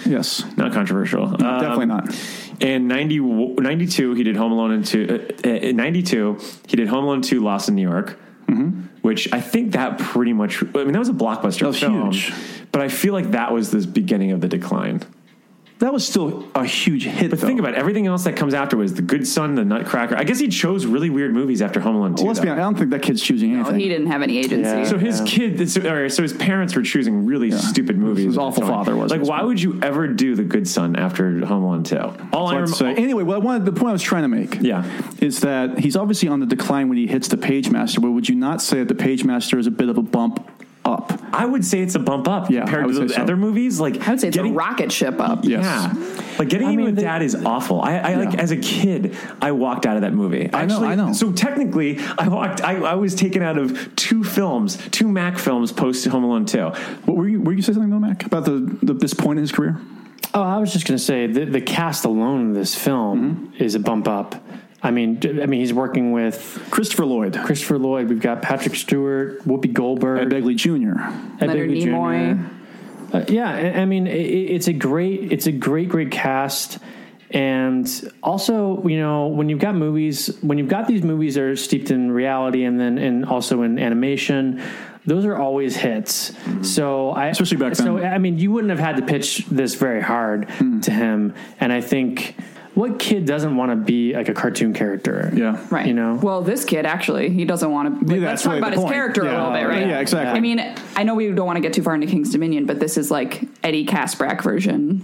[SPEAKER 3] Yes.
[SPEAKER 6] not controversial. Um,
[SPEAKER 3] definitely not.
[SPEAKER 6] And 90, 92, he did Home Alone and two. Uh, uh, in ninety two, he did Home Alone two, Lost in New York. Which I think that pretty much. I mean, that was a blockbuster. That
[SPEAKER 3] Mm-hmm. was huge.
[SPEAKER 6] But I feel like that was the beginning of the decline.
[SPEAKER 3] That was still a huge hit,
[SPEAKER 6] But
[SPEAKER 3] though.
[SPEAKER 6] think about it, everything else that comes afterwards. The Good Son, The Nutcracker. I guess he chose really weird movies after Home Alone 2.
[SPEAKER 3] Well, let's
[SPEAKER 6] though.
[SPEAKER 3] be honest. I don't think that kid's choosing
[SPEAKER 5] Oh,
[SPEAKER 3] anything.
[SPEAKER 5] he didn't have any agency.
[SPEAKER 4] Yeah.
[SPEAKER 6] So his kid, so, or, so his parents were choosing really stupid movies.
[SPEAKER 3] His
[SPEAKER 6] at
[SPEAKER 3] awful
[SPEAKER 6] the time.
[SPEAKER 3] father was
[SPEAKER 6] like,
[SPEAKER 3] his
[SPEAKER 6] why
[SPEAKER 3] father.
[SPEAKER 6] would you ever do The Good Son after Home Alone 2? All I
[SPEAKER 3] But,
[SPEAKER 6] remember,
[SPEAKER 3] so, anyway, well, I wanted, the point I was trying to make
[SPEAKER 6] Yeah.
[SPEAKER 3] is that he's obviously on the decline when he hits the page master, but would you not say that the page master is a bit of a bump up?
[SPEAKER 6] I would say it's a bump up
[SPEAKER 3] Yeah, I
[SPEAKER 6] compared
[SPEAKER 3] would
[SPEAKER 6] to
[SPEAKER 3] say
[SPEAKER 6] the
[SPEAKER 3] so.
[SPEAKER 6] other movies. Like,
[SPEAKER 5] I would say it's
[SPEAKER 6] getting,
[SPEAKER 5] a rocket ship up.
[SPEAKER 3] Yes.
[SPEAKER 6] Yeah, like getting
[SPEAKER 4] I
[SPEAKER 6] even
[SPEAKER 4] mean,
[SPEAKER 6] with
[SPEAKER 4] they-
[SPEAKER 6] dad is awful. I, I like
[SPEAKER 3] Yeah.
[SPEAKER 6] as a kid, I walked out of that movie.
[SPEAKER 3] I know, I know.
[SPEAKER 6] So technically, I walked. I, I was taken out of two films, two Mac films post Home Alone Two.
[SPEAKER 3] What, were, you, were you saying something, though, Mac, about the, the, this point in his career?
[SPEAKER 4] Oh, I was just going to say the, the cast alone in this film
[SPEAKER 3] Mm-hmm.
[SPEAKER 4] is a bump up. I mean, d- I mean, he's working with
[SPEAKER 3] Christopher Lloyd,
[SPEAKER 4] Christopher Lloyd. We've got Patrick Stewart, Whoopi
[SPEAKER 3] Ed
[SPEAKER 4] Goldberg,
[SPEAKER 3] Begley Jr.
[SPEAKER 4] Ed
[SPEAKER 5] Leonard
[SPEAKER 4] Begley
[SPEAKER 5] Nimoy.
[SPEAKER 4] Jr.. Uh, yeah, I, I mean, i i- it's a great, it's a great, great cast. And also, you know, when you've got movies, when you've got these movies that are steeped in reality and then and also in animation, those are always hits. So I
[SPEAKER 3] Mm-hmm. Especially back then. Mm-hmm.
[SPEAKER 4] So I mean, you wouldn't have had to pitch this very hard to him. And I think what kid doesn't want to be like a cartoon character?
[SPEAKER 3] Yeah.
[SPEAKER 5] Right.
[SPEAKER 4] You know.
[SPEAKER 5] Well, this kid actually, he doesn't want to.
[SPEAKER 3] Yeah, that's
[SPEAKER 5] let's talk
[SPEAKER 3] really
[SPEAKER 5] about
[SPEAKER 3] the
[SPEAKER 5] his
[SPEAKER 3] point.
[SPEAKER 5] character
[SPEAKER 3] Yeah.
[SPEAKER 5] a little bit, right?
[SPEAKER 3] Yeah, exactly.
[SPEAKER 5] I mean, I know we don't want to get too far into King's Dominion, but this is like Eddie Casbrack version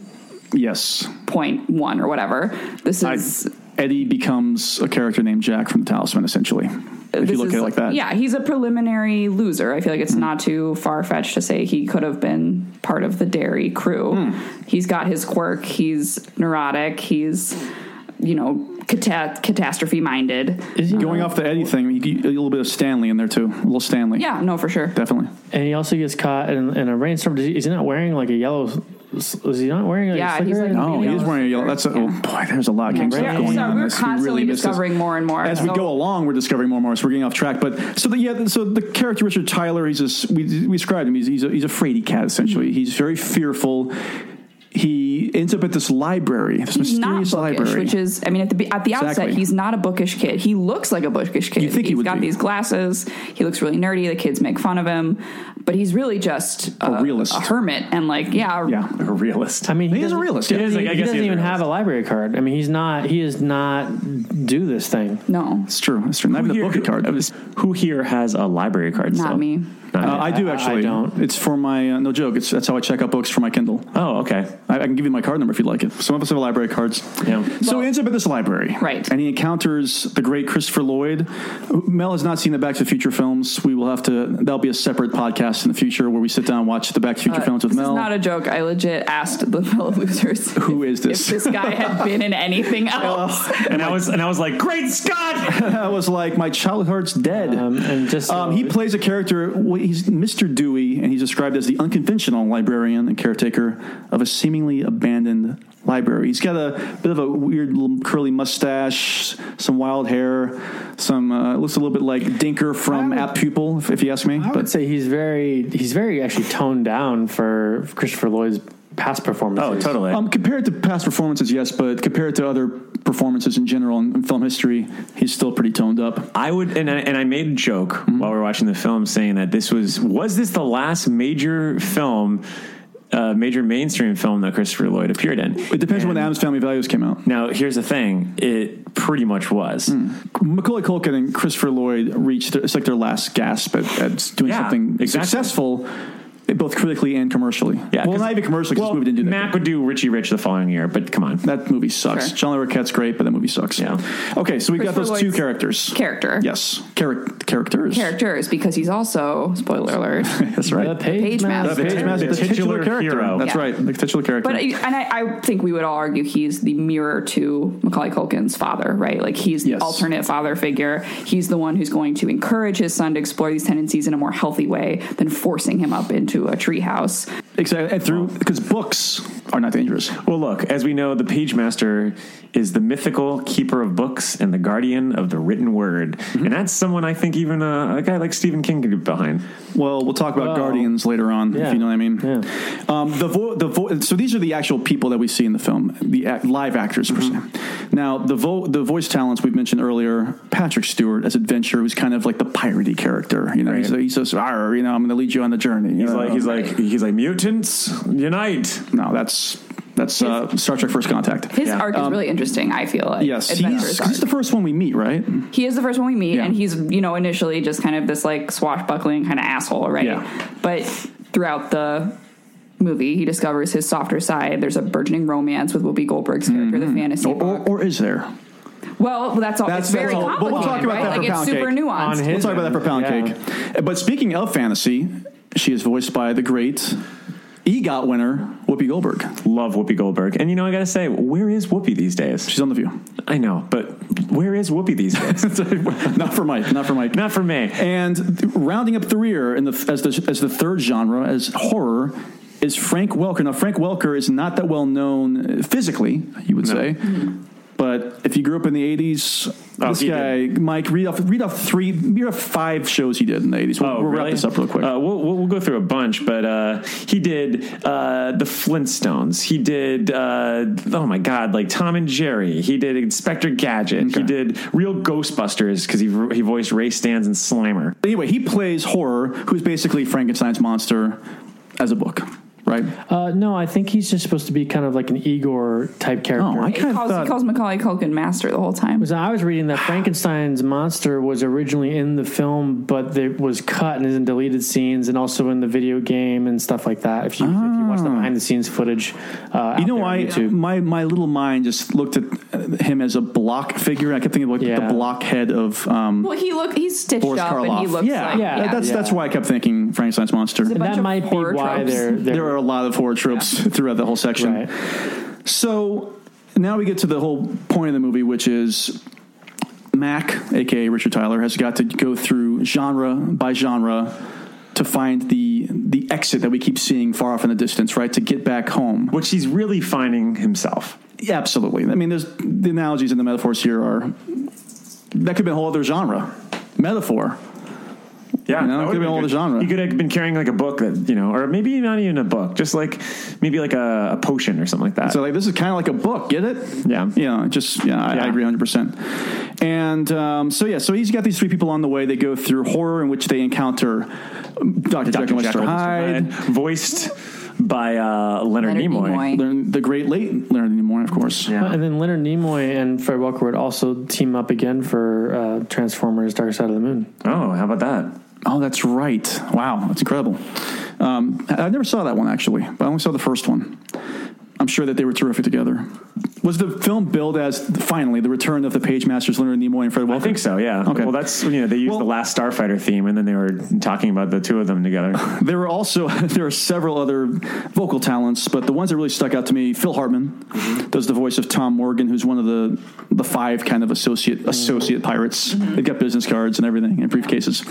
[SPEAKER 3] Yes.
[SPEAKER 5] point one or whatever. This
[SPEAKER 3] I,
[SPEAKER 5] is.
[SPEAKER 3] Eddie becomes a character named Jack from the Talisman, essentially. If you
[SPEAKER 5] this
[SPEAKER 3] look
[SPEAKER 5] is-
[SPEAKER 3] at it like that. Hmm.
[SPEAKER 5] yeah, he's a preliminary loser. I feel like it's not too far fetched to say he could have been part of the dairy crew.
[SPEAKER 3] Hmm.
[SPEAKER 5] He's got his quirk. He's neurotic. He's, you know, cata- catastrophe minded.
[SPEAKER 4] Is he
[SPEAKER 3] Going off the Eddie thing, you, you- a little bit of Stanley in there too. A little Stanley.
[SPEAKER 5] Yeah, no, for sure.
[SPEAKER 3] Definitely.
[SPEAKER 4] And he also gets caught in, in a rainstorm. Does he- Is he not wearing like a yellow s- is he not wearing a
[SPEAKER 5] Yeah, he's
[SPEAKER 4] slicker?
[SPEAKER 5] like-
[SPEAKER 4] no.
[SPEAKER 3] Oh, he is wearing a yellow. That's a, oh boy. There's a lot of King
[SPEAKER 5] Yeah,
[SPEAKER 4] Right.
[SPEAKER 3] stuff going
[SPEAKER 5] so
[SPEAKER 3] on.
[SPEAKER 5] we're
[SPEAKER 3] in this. We
[SPEAKER 5] constantly
[SPEAKER 3] really missed this.
[SPEAKER 5] discovering more and more.
[SPEAKER 3] As we
[SPEAKER 5] So-
[SPEAKER 3] go along, we're discovering more and more. So we're getting off track. But so the, yeah, so the character Richard Tyler, he's a s- we, we described him. He's he's a, he's a fraidy cat essentially.
[SPEAKER 5] Mm-hmm.
[SPEAKER 3] He's very fearful. He ends up at this library, this
[SPEAKER 5] He's not
[SPEAKER 3] mysterious
[SPEAKER 5] bookish,
[SPEAKER 3] library.
[SPEAKER 5] which is, I mean, at the be- at the outset,
[SPEAKER 3] Exactly.
[SPEAKER 5] he's not a bookish kid. He looks like a bookish kid.
[SPEAKER 3] You think he
[SPEAKER 5] He's
[SPEAKER 3] would
[SPEAKER 5] got
[SPEAKER 3] be.
[SPEAKER 5] these glasses. He looks really nerdy. The kids make fun of him, but he's really just a,
[SPEAKER 3] realist.
[SPEAKER 5] a hermit, and like, yeah,
[SPEAKER 3] yeah,
[SPEAKER 6] A realist.
[SPEAKER 4] I mean,
[SPEAKER 3] He is a
[SPEAKER 4] doesn't-
[SPEAKER 3] realist,
[SPEAKER 4] He
[SPEAKER 3] yeah.
[SPEAKER 4] doesn't,
[SPEAKER 6] He is, I
[SPEAKER 4] he
[SPEAKER 6] guess he
[SPEAKER 4] doesn't
[SPEAKER 6] is a
[SPEAKER 4] even have
[SPEAKER 6] realist.
[SPEAKER 4] a library card. I mean, he's not. He does not do this thing.
[SPEAKER 5] no,
[SPEAKER 3] it's true. It's true. Not even a bookie card. Uh,
[SPEAKER 6] Who here has a library card?
[SPEAKER 5] Not
[SPEAKER 6] still?
[SPEAKER 5] me.
[SPEAKER 6] Not me.
[SPEAKER 3] I do
[SPEAKER 4] I- I
[SPEAKER 3] actually.
[SPEAKER 4] don't.
[SPEAKER 3] It's for my uh, no joke. It's that's how I check out books for my Kindle.
[SPEAKER 6] oh, okay.
[SPEAKER 3] I, I can give you my card number if you'd like it. Some of us have library cards.
[SPEAKER 6] Yeah.
[SPEAKER 3] So he ends up at this library.
[SPEAKER 5] Right.
[SPEAKER 3] And he encounters the great Christopher Lloyd. Mel has not seen the Back to the Future films. We will have to, that'll be a separate podcast in the future where we sit down and watch the Back to the Future films with
[SPEAKER 5] this
[SPEAKER 3] Mel.
[SPEAKER 5] is not a joke. I legit asked the fellow losers
[SPEAKER 3] Who is
[SPEAKER 5] if
[SPEAKER 3] this?
[SPEAKER 5] this guy had been in anything else.
[SPEAKER 6] And I was and I was like, "Great Scott!"
[SPEAKER 3] I was like, my childhood's dead.
[SPEAKER 6] Oh.
[SPEAKER 4] Um, and just
[SPEAKER 3] Um, he plays a character. well, He's Mr. Dewey, and he's described as the unconventional librarian and caretaker of a seemingly abandoned library. He's got a bit of a weird little curly mustache, some wild hair, some uh, looks a little bit like Dinker from
[SPEAKER 4] I would-
[SPEAKER 3] App Pupil, if, if you ask me.
[SPEAKER 4] I would say he's very. He's very actually toned down for Christopher Lloyd's past performances.
[SPEAKER 6] Oh, totally.
[SPEAKER 3] um, compared to past performances, yes, but compared to other performances in general in, in film history, he's still pretty toned up.
[SPEAKER 6] I would, and I, and I made a joke
[SPEAKER 3] Mm-hmm.
[SPEAKER 6] while we were watching the film, saying that this was was this the last major film, uh, major mainstream film that Christopher Lloyd appeared in.
[SPEAKER 3] It depends on when
[SPEAKER 6] And-
[SPEAKER 3] the Adams Family Values came out.
[SPEAKER 6] Now, here's the thing: it pretty much was.
[SPEAKER 3] Mm. Macaulay Culkin and Christopher Lloyd reached their, it's like their last gasp at, at doing
[SPEAKER 6] Yeah,
[SPEAKER 3] something
[SPEAKER 6] exactly.
[SPEAKER 3] successful, both critically and commercially.
[SPEAKER 6] Yeah,
[SPEAKER 3] well,
[SPEAKER 6] 'cause-
[SPEAKER 3] not even commercially because
[SPEAKER 6] well,
[SPEAKER 3] this movie didn't do that.
[SPEAKER 6] Mac would do Richie Rich the following year, but come on,
[SPEAKER 3] that movie sucks.
[SPEAKER 5] Sure.
[SPEAKER 3] John Le Roquette's great, but that movie sucks.
[SPEAKER 6] Yeah.
[SPEAKER 3] Okay, so we got those
[SPEAKER 5] Christopher
[SPEAKER 3] two
[SPEAKER 5] Lloyd's
[SPEAKER 3] characters.
[SPEAKER 5] Character,
[SPEAKER 3] Yes, Charac- characters.
[SPEAKER 5] characters, because he's also spoiler alert.
[SPEAKER 3] That's right.
[SPEAKER 4] The page,
[SPEAKER 5] Page
[SPEAKER 4] master.
[SPEAKER 5] master.
[SPEAKER 3] The page master,
[SPEAKER 6] the
[SPEAKER 3] the titular,
[SPEAKER 6] titular
[SPEAKER 3] character.
[SPEAKER 6] hero.
[SPEAKER 3] That's
[SPEAKER 5] Yeah.
[SPEAKER 3] right, the titular character.
[SPEAKER 5] But I- and I, I think we would all argue he's the mirror to Macaulay Culkin's father, right? Like he's the
[SPEAKER 3] Yes.
[SPEAKER 5] alternate father figure. He's the one who's going to encourage his son to explore these tendencies in a more healthy way than forcing him up into a treehouse.
[SPEAKER 6] uh,
[SPEAKER 3] exactly, and through because books are not dangerous.
[SPEAKER 6] Well, look, as we know, the page master is the mythical keeper of books and the guardian of the written word,
[SPEAKER 3] Mm-hmm.
[SPEAKER 6] and that's someone I think even uh, a guy like Stephen King could get behind.
[SPEAKER 3] Well, we'll talk about
[SPEAKER 4] Well,
[SPEAKER 3] Guardians later on, if
[SPEAKER 4] yeah.
[SPEAKER 3] you know what I mean.
[SPEAKER 4] Yeah.
[SPEAKER 3] Um, the vo- the vo- so these are the actual people that we see in the film, the ac live actors per se.
[SPEAKER 6] Mm-hmm.
[SPEAKER 3] Now, the vo- the voice talents we've mentioned earlier, Patrick Stewart as Adventure, who's kind of like the piratey character. You know, he's
[SPEAKER 6] Right.
[SPEAKER 3] he's so you know, I'm going to lead you on the journey. you
[SPEAKER 6] He's
[SPEAKER 3] know?
[SPEAKER 6] like he's like he's like mutants unite.
[SPEAKER 3] no, that's that's uh, Star Trek First Contact.
[SPEAKER 5] His
[SPEAKER 6] Yeah.
[SPEAKER 5] arc is really interesting, I feel like.
[SPEAKER 3] um, Yes,
[SPEAKER 5] Adventure's
[SPEAKER 3] he's, he's the
[SPEAKER 5] arc.
[SPEAKER 3] first one we meet, right?
[SPEAKER 5] He is the first one we meet,
[SPEAKER 3] Yeah.
[SPEAKER 5] and he's, you know, initially just kind of this like swashbuckling kind of asshole, right?
[SPEAKER 3] Yeah.
[SPEAKER 5] But throughout the movie, he discovers his softer side. There's a burgeoning romance with Whoopi Goldberg's character, the fantasy.
[SPEAKER 3] Or, or, or is there?
[SPEAKER 5] Well, well, that's all.
[SPEAKER 3] Mm-hmm. That's-
[SPEAKER 5] it's very
[SPEAKER 3] that's all. But we'll
[SPEAKER 5] complicated,
[SPEAKER 3] talk about
[SPEAKER 5] right?
[SPEAKER 3] that for
[SPEAKER 5] like
[SPEAKER 3] pound
[SPEAKER 5] it's super
[SPEAKER 3] cake.
[SPEAKER 5] nuanced.
[SPEAKER 4] On his-
[SPEAKER 3] We'll talk about that for pound
[SPEAKER 4] Yeah.
[SPEAKER 3] cake. But speaking of fantasy, she is voiced by the great EGOT winner Whoopi Goldberg.
[SPEAKER 6] Love Whoopi Goldberg, and you know I gotta say, where is Whoopi these days?
[SPEAKER 3] She's on the View.
[SPEAKER 6] I know, but where is Whoopi these days?
[SPEAKER 3] not for Mike. Not for Mike.
[SPEAKER 6] Not for me.
[SPEAKER 3] And th- rounding up the rear in the, as, the, as the third genre, as horror, is Frank Welker. Now, Frank Welker is not that well known uh, physically, you would say. But if you grew up in the 80s,
[SPEAKER 6] Oh,
[SPEAKER 3] this
[SPEAKER 6] he
[SPEAKER 3] guy, Mike, read off, read off three, read off five shows he did in the 80s. We'll,
[SPEAKER 6] Oh,
[SPEAKER 3] we'll
[SPEAKER 6] really?
[SPEAKER 3] wrap this up real quick.
[SPEAKER 6] Uh, we'll, we'll, we'll go through a bunch, but uh, he did uh, the Flintstones. He did uh, oh my god, like Tom and Jerry. He did Inspector Gadget.
[SPEAKER 3] Okay.
[SPEAKER 6] He did real Ghostbusters because he he voiced Ray Stans and Slimer.
[SPEAKER 3] anyway, he plays horror, who's basically Frankenstein's monster as a book, right?
[SPEAKER 4] Uh, no, I think he's just supposed to be kind of like an Igor type character.
[SPEAKER 3] Oh, I
[SPEAKER 5] He
[SPEAKER 3] kind of
[SPEAKER 5] calls, he
[SPEAKER 3] thought.
[SPEAKER 5] calls Macaulay Culkin master the whole time.
[SPEAKER 3] Mm-hmm.
[SPEAKER 4] So I was reading that Frankenstein's monster was originally in the film, but it was cut and is in deleted scenes, and also in the video game and stuff like that. If you, if you watch
[SPEAKER 3] Ah.
[SPEAKER 4] the behind the scenes footage, uh,
[SPEAKER 3] You know,
[SPEAKER 4] why?
[SPEAKER 3] I my my little mind just looked at uh, him as a block figure. I kept thinking of like
[SPEAKER 4] Yeah.
[SPEAKER 3] the blockhead of um,
[SPEAKER 5] well, he look he's stitched
[SPEAKER 3] Boris
[SPEAKER 5] up
[SPEAKER 3] Karloff.
[SPEAKER 5] and he looks
[SPEAKER 3] yeah,
[SPEAKER 5] like
[SPEAKER 4] yeah,
[SPEAKER 3] that- that's
[SPEAKER 4] yeah.
[SPEAKER 3] that's why I kept thinking Frankenstein's monster.
[SPEAKER 5] a bunch
[SPEAKER 4] that
[SPEAKER 5] of
[SPEAKER 4] might be
[SPEAKER 5] horror
[SPEAKER 4] why
[SPEAKER 5] tropes.
[SPEAKER 4] they're, they're
[SPEAKER 3] There are a lot of horror tropes throughout the whole section.
[SPEAKER 4] right.
[SPEAKER 3] So now we get to the whole point of the movie, which is Mac, aka Richard Tyler, has got to go through genre by genre to find the the exit that we keep seeing far off in the distance, right? To get back home.
[SPEAKER 6] Which he's really finding himself.
[SPEAKER 3] Yeah, absolutely. I mean, there's the analogies and the metaphors here are that could be a whole other genre. Metaphor.
[SPEAKER 6] Yeah,
[SPEAKER 3] You know,
[SPEAKER 6] that
[SPEAKER 3] it
[SPEAKER 6] would've
[SPEAKER 3] could be
[SPEAKER 6] been
[SPEAKER 3] all
[SPEAKER 6] good.
[SPEAKER 3] the genre.
[SPEAKER 6] You could have been carrying like a book that you know, or maybe not even a book, just like maybe like a, a potion or something like that.
[SPEAKER 3] So like this is kind of like a book, get it?
[SPEAKER 6] Yeah.
[SPEAKER 3] You know, just yeah, I, I
[SPEAKER 6] Yeah.
[SPEAKER 3] agree 100. percent And um, so yeah, so he's got these three people on the way. They go through horror in which they encounter um, Dr. Jekyll and Mr. Hyde,
[SPEAKER 6] voiced by uh, Leonard,
[SPEAKER 5] Leonard
[SPEAKER 6] Nimoy.
[SPEAKER 5] Nimoy.
[SPEAKER 3] learn the great late Leonard Nimoy, of course.
[SPEAKER 6] Yeah.
[SPEAKER 4] And then Leonard Nimoy and Fred Walker would also team up again for uh, Transformers: Dark Side of the Moon.
[SPEAKER 6] Oh, how about that?
[SPEAKER 3] Oh, that's right. Wow, that's incredible. Um, I I never saw that one actually, but I only saw the first one. I'm sure that they were terrific together. Was the film billed as finally the return of the Page Masters, Leonard Nimoy and Fred Welker?
[SPEAKER 6] I think so. Yeah.
[SPEAKER 3] Okay.
[SPEAKER 6] Well, that's you know they used
[SPEAKER 3] Well-
[SPEAKER 6] the last Starfighter theme, and then they were talking about the two of them together.
[SPEAKER 3] There were also there are several other vocal talents, but the ones that really stuck out to me, Phil Hartman
[SPEAKER 4] Mm-hmm.
[SPEAKER 3] does the voice of Tom Morgan, who's one of the the five kind of
[SPEAKER 4] Mm-hmm.
[SPEAKER 3] associate associate pirates. They've got business cards and everything and briefcases.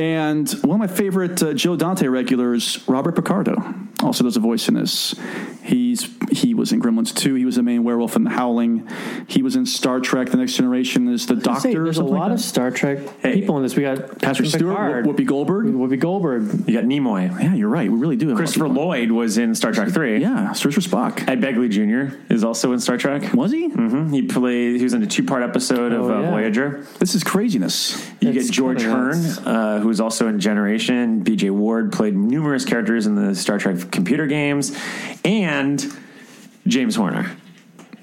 [SPEAKER 3] And one of my favorite uh, Joe Dante regulars, Robert Picardo, also does a voice in this. He's he was in Gremlins 2. He was the main werewolf in The Howling. He was in Star Trek: The Next Generation as the Doctor.
[SPEAKER 4] Say,
[SPEAKER 3] or
[SPEAKER 4] there's a
[SPEAKER 3] something
[SPEAKER 4] lot
[SPEAKER 3] like
[SPEAKER 4] of
[SPEAKER 3] that.
[SPEAKER 4] Star Trek people in this. We got
[SPEAKER 3] Patrick
[SPEAKER 4] Patrick
[SPEAKER 3] Stewart,
[SPEAKER 4] Stewart,
[SPEAKER 3] Whoopi Goldberg.
[SPEAKER 4] Whoopi Goldberg,
[SPEAKER 6] You got Nimoy.
[SPEAKER 3] Yeah, you're right. We really do. Have a lot of
[SPEAKER 6] Christopher
[SPEAKER 3] people.
[SPEAKER 6] Lloyd was in Star Trek Three.
[SPEAKER 3] Yeah, Search for Spock.
[SPEAKER 6] Ed Begley Jr. is also in Star Trek.
[SPEAKER 3] Was he?
[SPEAKER 6] hmm He played. He was in a two-part episode of
[SPEAKER 4] Oh,
[SPEAKER 6] uh,
[SPEAKER 4] yeah.
[SPEAKER 6] Voyager.
[SPEAKER 3] This is craziness.
[SPEAKER 6] You
[SPEAKER 4] It's
[SPEAKER 6] get George
[SPEAKER 4] kinda
[SPEAKER 6] Hearn,
[SPEAKER 4] nuts.
[SPEAKER 6] uh, who's also in Generation. B.J. Ward played numerous characters in the Star Trek computer games, and James Horner.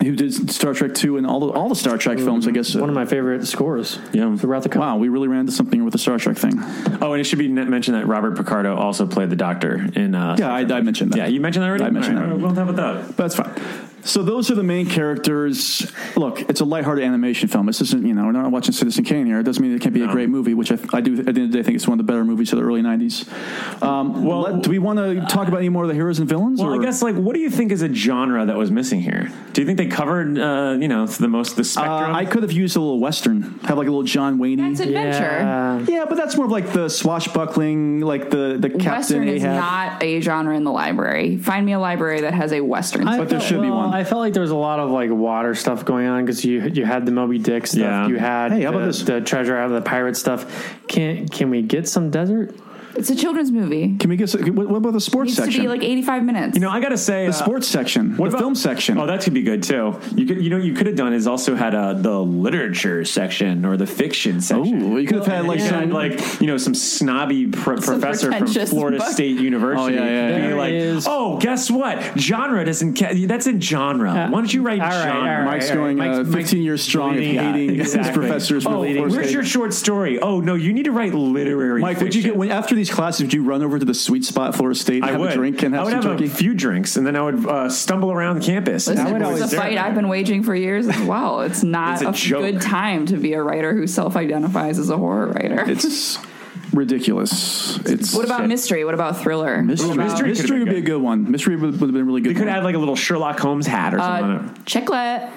[SPEAKER 3] Who did Star Trek two and all the all the Star Trek
[SPEAKER 6] Mm-hmm.
[SPEAKER 3] films? I guess. uh,
[SPEAKER 4] one of my favorite scores.
[SPEAKER 6] Yeah.
[SPEAKER 4] for Wrath of Khan.
[SPEAKER 3] wow, we really ran into something with the Star Trek thing.
[SPEAKER 6] Oh, and it should be n- mentioned that Robert Picardo also played the Doctor in. Uh,
[SPEAKER 3] Yeah, I, I mentioned that.
[SPEAKER 6] yeah, you mentioned that already.
[SPEAKER 3] I mentioned
[SPEAKER 6] All right,
[SPEAKER 3] that.
[SPEAKER 6] Well, how about
[SPEAKER 3] But
[SPEAKER 6] that?
[SPEAKER 3] that's fine. So those are the main characters. Look, it's a lighthearted animation film. This isn't, you know, we're not watching Citizen Kane here. It doesn't mean it can't be a great movie, which I, I do. At the end of the day, think it's one of the better movies of the early '90s. Um, well,
[SPEAKER 6] Well-
[SPEAKER 3] do we want to talk about any more of the heroes and villains?
[SPEAKER 6] Well,
[SPEAKER 3] or?
[SPEAKER 6] I guess like, what do you think is a genre that was missing here? Do you think they covered, uh, you know, the most the
[SPEAKER 3] Uh,
[SPEAKER 6] spectrum?
[SPEAKER 3] I could have used a little western. Have like a little John Wayne.
[SPEAKER 5] That's adventure.
[SPEAKER 4] Yeah.
[SPEAKER 3] Yeah, but that's more of like the swashbuckling, like the the Captain
[SPEAKER 5] Western
[SPEAKER 3] Ahab.
[SPEAKER 5] is not a genre in the library. Find me a library that has a Western.
[SPEAKER 4] I
[SPEAKER 5] I,
[SPEAKER 3] But there
[SPEAKER 4] felt-
[SPEAKER 3] should be
[SPEAKER 4] well,
[SPEAKER 3] one.
[SPEAKER 4] I felt like there was a lot of like water stuff going on because you you had the Moby Dick stuff,
[SPEAKER 6] Yeah.
[SPEAKER 4] you had
[SPEAKER 3] Hey, how
[SPEAKER 4] the,
[SPEAKER 3] about this?
[SPEAKER 4] the treasure out of the pirate stuff. Can can we get some desert?
[SPEAKER 5] it's a children's movie.
[SPEAKER 3] Can we get? some- What what about the
[SPEAKER 5] It
[SPEAKER 3] sports
[SPEAKER 5] needs
[SPEAKER 3] section?
[SPEAKER 5] to be like uh, 85 minutes.
[SPEAKER 6] you know, I gotta say, uh,
[SPEAKER 3] the sports section, the
[SPEAKER 6] about-
[SPEAKER 3] film section.
[SPEAKER 6] Oh, that could be good too. You could, you know, what you could have done is also had uh, the literature section or the fiction section.
[SPEAKER 3] Ooh, you could have had like
[SPEAKER 6] Like
[SPEAKER 3] some
[SPEAKER 6] some, like you know, some snobby pr- professor from
[SPEAKER 5] pretentious
[SPEAKER 6] Florida
[SPEAKER 5] book.
[SPEAKER 6] State University.
[SPEAKER 3] Oh, yeah, yeah,
[SPEAKER 6] be
[SPEAKER 4] yeah.
[SPEAKER 6] like,
[SPEAKER 4] There is-
[SPEAKER 6] oh, guess what? Genre doesn't. Ca- that's in genre. Why don't you write
[SPEAKER 4] All right,
[SPEAKER 6] genre?
[SPEAKER 4] all right,
[SPEAKER 3] Mike's
[SPEAKER 4] all right.
[SPEAKER 3] going
[SPEAKER 4] Mike's-
[SPEAKER 3] uh, 15
[SPEAKER 4] Mike's
[SPEAKER 3] years strong and
[SPEAKER 6] Yeah,
[SPEAKER 3] hating his
[SPEAKER 6] exactly.
[SPEAKER 3] professors.
[SPEAKER 6] Oh,
[SPEAKER 3] from Florida
[SPEAKER 6] where's
[SPEAKER 3] State.
[SPEAKER 6] your short story? Oh no, you need to write literary.
[SPEAKER 3] Mike? Would you
[SPEAKER 6] fiction.
[SPEAKER 3] get when after these classes? Would you run over to the sweet spot, Florida State,
[SPEAKER 6] I
[SPEAKER 3] have
[SPEAKER 6] would
[SPEAKER 3] a drink, and have
[SPEAKER 6] I would
[SPEAKER 3] some
[SPEAKER 6] have
[SPEAKER 3] turkey?
[SPEAKER 6] a few drinks, and then I would uh, stumble around campus.
[SPEAKER 5] Listen,
[SPEAKER 6] I would
[SPEAKER 5] this is a fight I've been waging for years as well. It's
[SPEAKER 6] It's
[SPEAKER 5] not
[SPEAKER 6] a
[SPEAKER 5] a,
[SPEAKER 6] joke.
[SPEAKER 5] good time to be a writer who self-identifies as a horror writer.
[SPEAKER 3] it's ridiculous. It's
[SPEAKER 5] what about mystery? What about thriller?
[SPEAKER 3] mystery?
[SPEAKER 6] Ooh, mystery could've
[SPEAKER 3] mystery
[SPEAKER 6] been
[SPEAKER 3] would be a
[SPEAKER 6] good.
[SPEAKER 3] good one. Mystery would, would have been a really good.
[SPEAKER 6] You could
[SPEAKER 3] one.
[SPEAKER 6] have like a little Sherlock Holmes hat or something. on it.
[SPEAKER 5] Chicklet.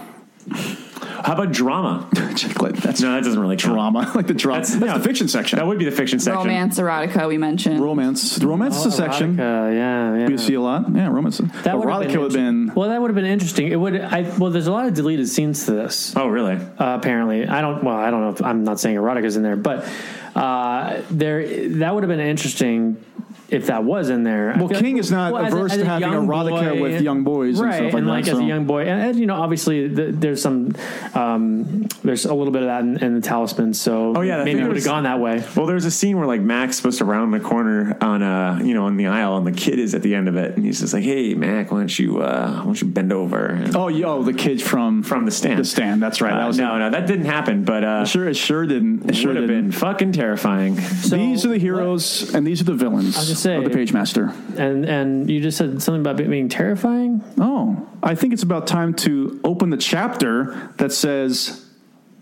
[SPEAKER 6] How about drama?
[SPEAKER 3] Chocolate. That's
[SPEAKER 6] No, that doesn't really count.
[SPEAKER 3] drama, like the drama. That's,
[SPEAKER 6] yeah.
[SPEAKER 3] the fiction section.
[SPEAKER 6] That would be the fiction section.
[SPEAKER 5] Romance, erotica, we mentioned.
[SPEAKER 3] romance. The romance is a section
[SPEAKER 4] Erotica, Uh, yeah, yeah.
[SPEAKER 3] you see a lot. Yeah, romance.
[SPEAKER 4] That would've
[SPEAKER 3] Erotica would have been.
[SPEAKER 4] inter- well. That would have been interesting. It would. I well, there's a lot of deleted scenes to this.
[SPEAKER 6] Oh, really?
[SPEAKER 4] Uh, apparently, I don't. Well, I don't know. if I'm not saying erotica's in there, but uh, there that would have been interesting if that was in there. I
[SPEAKER 3] Well,
[SPEAKER 4] feel-
[SPEAKER 3] King is not
[SPEAKER 4] as
[SPEAKER 3] averse to
[SPEAKER 4] as
[SPEAKER 3] having
[SPEAKER 4] young
[SPEAKER 3] erotica with young boys and
[SPEAKER 4] right?
[SPEAKER 3] stuff like that,
[SPEAKER 4] as
[SPEAKER 3] so-
[SPEAKER 4] a young boy, and, and, you know, obviously the, there's some um, there's a little bit of that in, in the Talisman. So
[SPEAKER 6] Oh, yeah, I think
[SPEAKER 4] maybe it
[SPEAKER 6] there
[SPEAKER 4] would
[SPEAKER 6] was-
[SPEAKER 4] have gone that way.
[SPEAKER 6] Well, there's a scene where like Mac's supposed to round the corner on uh you know on the aisle, and the kid is at the end of it, and he's just like, "Hey, Mac, why don't you uh, why don't you bend over?" And
[SPEAKER 3] Oh, yo, the kid from
[SPEAKER 6] from the stand,
[SPEAKER 3] The stand. That's right.
[SPEAKER 6] Uh,
[SPEAKER 3] that was
[SPEAKER 6] no, no, that didn't happen. But uh,
[SPEAKER 3] It sure, it sure didn't. It sure
[SPEAKER 6] would have
[SPEAKER 3] didn't.
[SPEAKER 6] been fucking terrifying.
[SPEAKER 4] So,
[SPEAKER 3] these are the heroes, and these are the villains
[SPEAKER 4] was gonna say-
[SPEAKER 3] of the Page Master.
[SPEAKER 4] and and you just said something about it being terrifying.
[SPEAKER 3] Oh, I think it's about time to open the chapter that says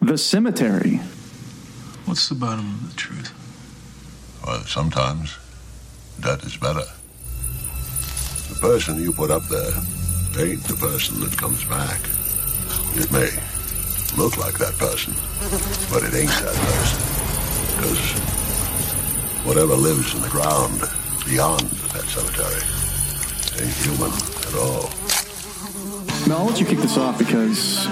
[SPEAKER 3] the cemetery.
[SPEAKER 9] What's the bottom of the truth?
[SPEAKER 10] Well, sometimes that is better. The person you put up there ain't the person that comes back. It may look like that person, but it ain't that person. Because whatever lives in the ground beyond that cemetery. Ain't human at all.
[SPEAKER 3] Now I'll let you kick this off because,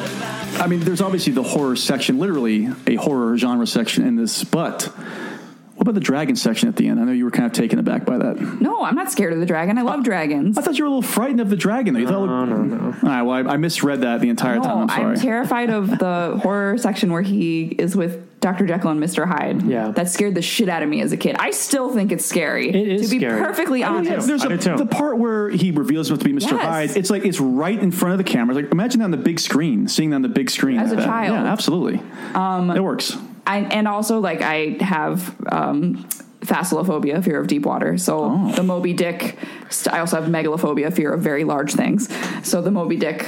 [SPEAKER 3] I mean, there's obviously the horror section, literally a horror genre section in this, but what about the dragon section at the end? I know you were kind of taken aback by that.
[SPEAKER 5] No, I'm not scared of the dragon. I love dragons.
[SPEAKER 3] I thought you were a little frightened of the dragon. Though. You thought, no, no, no. All right, well, I, I misread that the entire time. I'm sorry.
[SPEAKER 5] terrified of the horror section where he is with Dr. Jekyll and Mr. Hyde.
[SPEAKER 4] Yeah.
[SPEAKER 5] That scared the shit out of me as a kid. I still think it's scary.
[SPEAKER 4] It is
[SPEAKER 5] To be
[SPEAKER 4] scary.
[SPEAKER 5] perfectly
[SPEAKER 3] I mean,
[SPEAKER 5] honest.
[SPEAKER 3] yeah, there's
[SPEAKER 4] I
[SPEAKER 3] a-
[SPEAKER 4] did too.
[SPEAKER 3] the part where he reveals himself to be Mr.
[SPEAKER 5] Yes.
[SPEAKER 3] Hyde. It's like it's right in front of the camera. Like imagine that on the big screen, seeing that on the big screen
[SPEAKER 5] As
[SPEAKER 3] like
[SPEAKER 5] a
[SPEAKER 3] that.
[SPEAKER 5] child.
[SPEAKER 3] Yeah, absolutely. Um, it works.
[SPEAKER 5] I, and also like I have um, phasalophobia, fear of deep water. So
[SPEAKER 3] Oh.
[SPEAKER 5] the Moby Dick. St- I also have megalophobia, fear of very large things. So the Moby Dick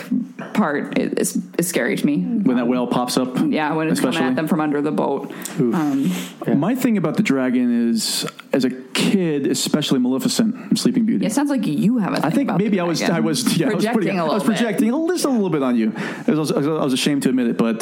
[SPEAKER 5] part i- is, is scary to me.
[SPEAKER 3] When that whale pops up,
[SPEAKER 5] um, Yeah, when it's coming
[SPEAKER 3] Especially?
[SPEAKER 5] at them from under the boat. Um,
[SPEAKER 3] My thing about the dragon is, as a kid, especially Maleficent, and Sleeping Beauty.
[SPEAKER 5] it sounds like you have a thing
[SPEAKER 3] I think
[SPEAKER 5] about
[SPEAKER 3] maybe I
[SPEAKER 5] the
[SPEAKER 3] was
[SPEAKER 5] dragon.
[SPEAKER 3] I was yeah, I was
[SPEAKER 5] projecting
[SPEAKER 3] pretty,
[SPEAKER 5] a little
[SPEAKER 3] I was projecting a little, just a little bit on you. I was, I was- I was ashamed to admit it, but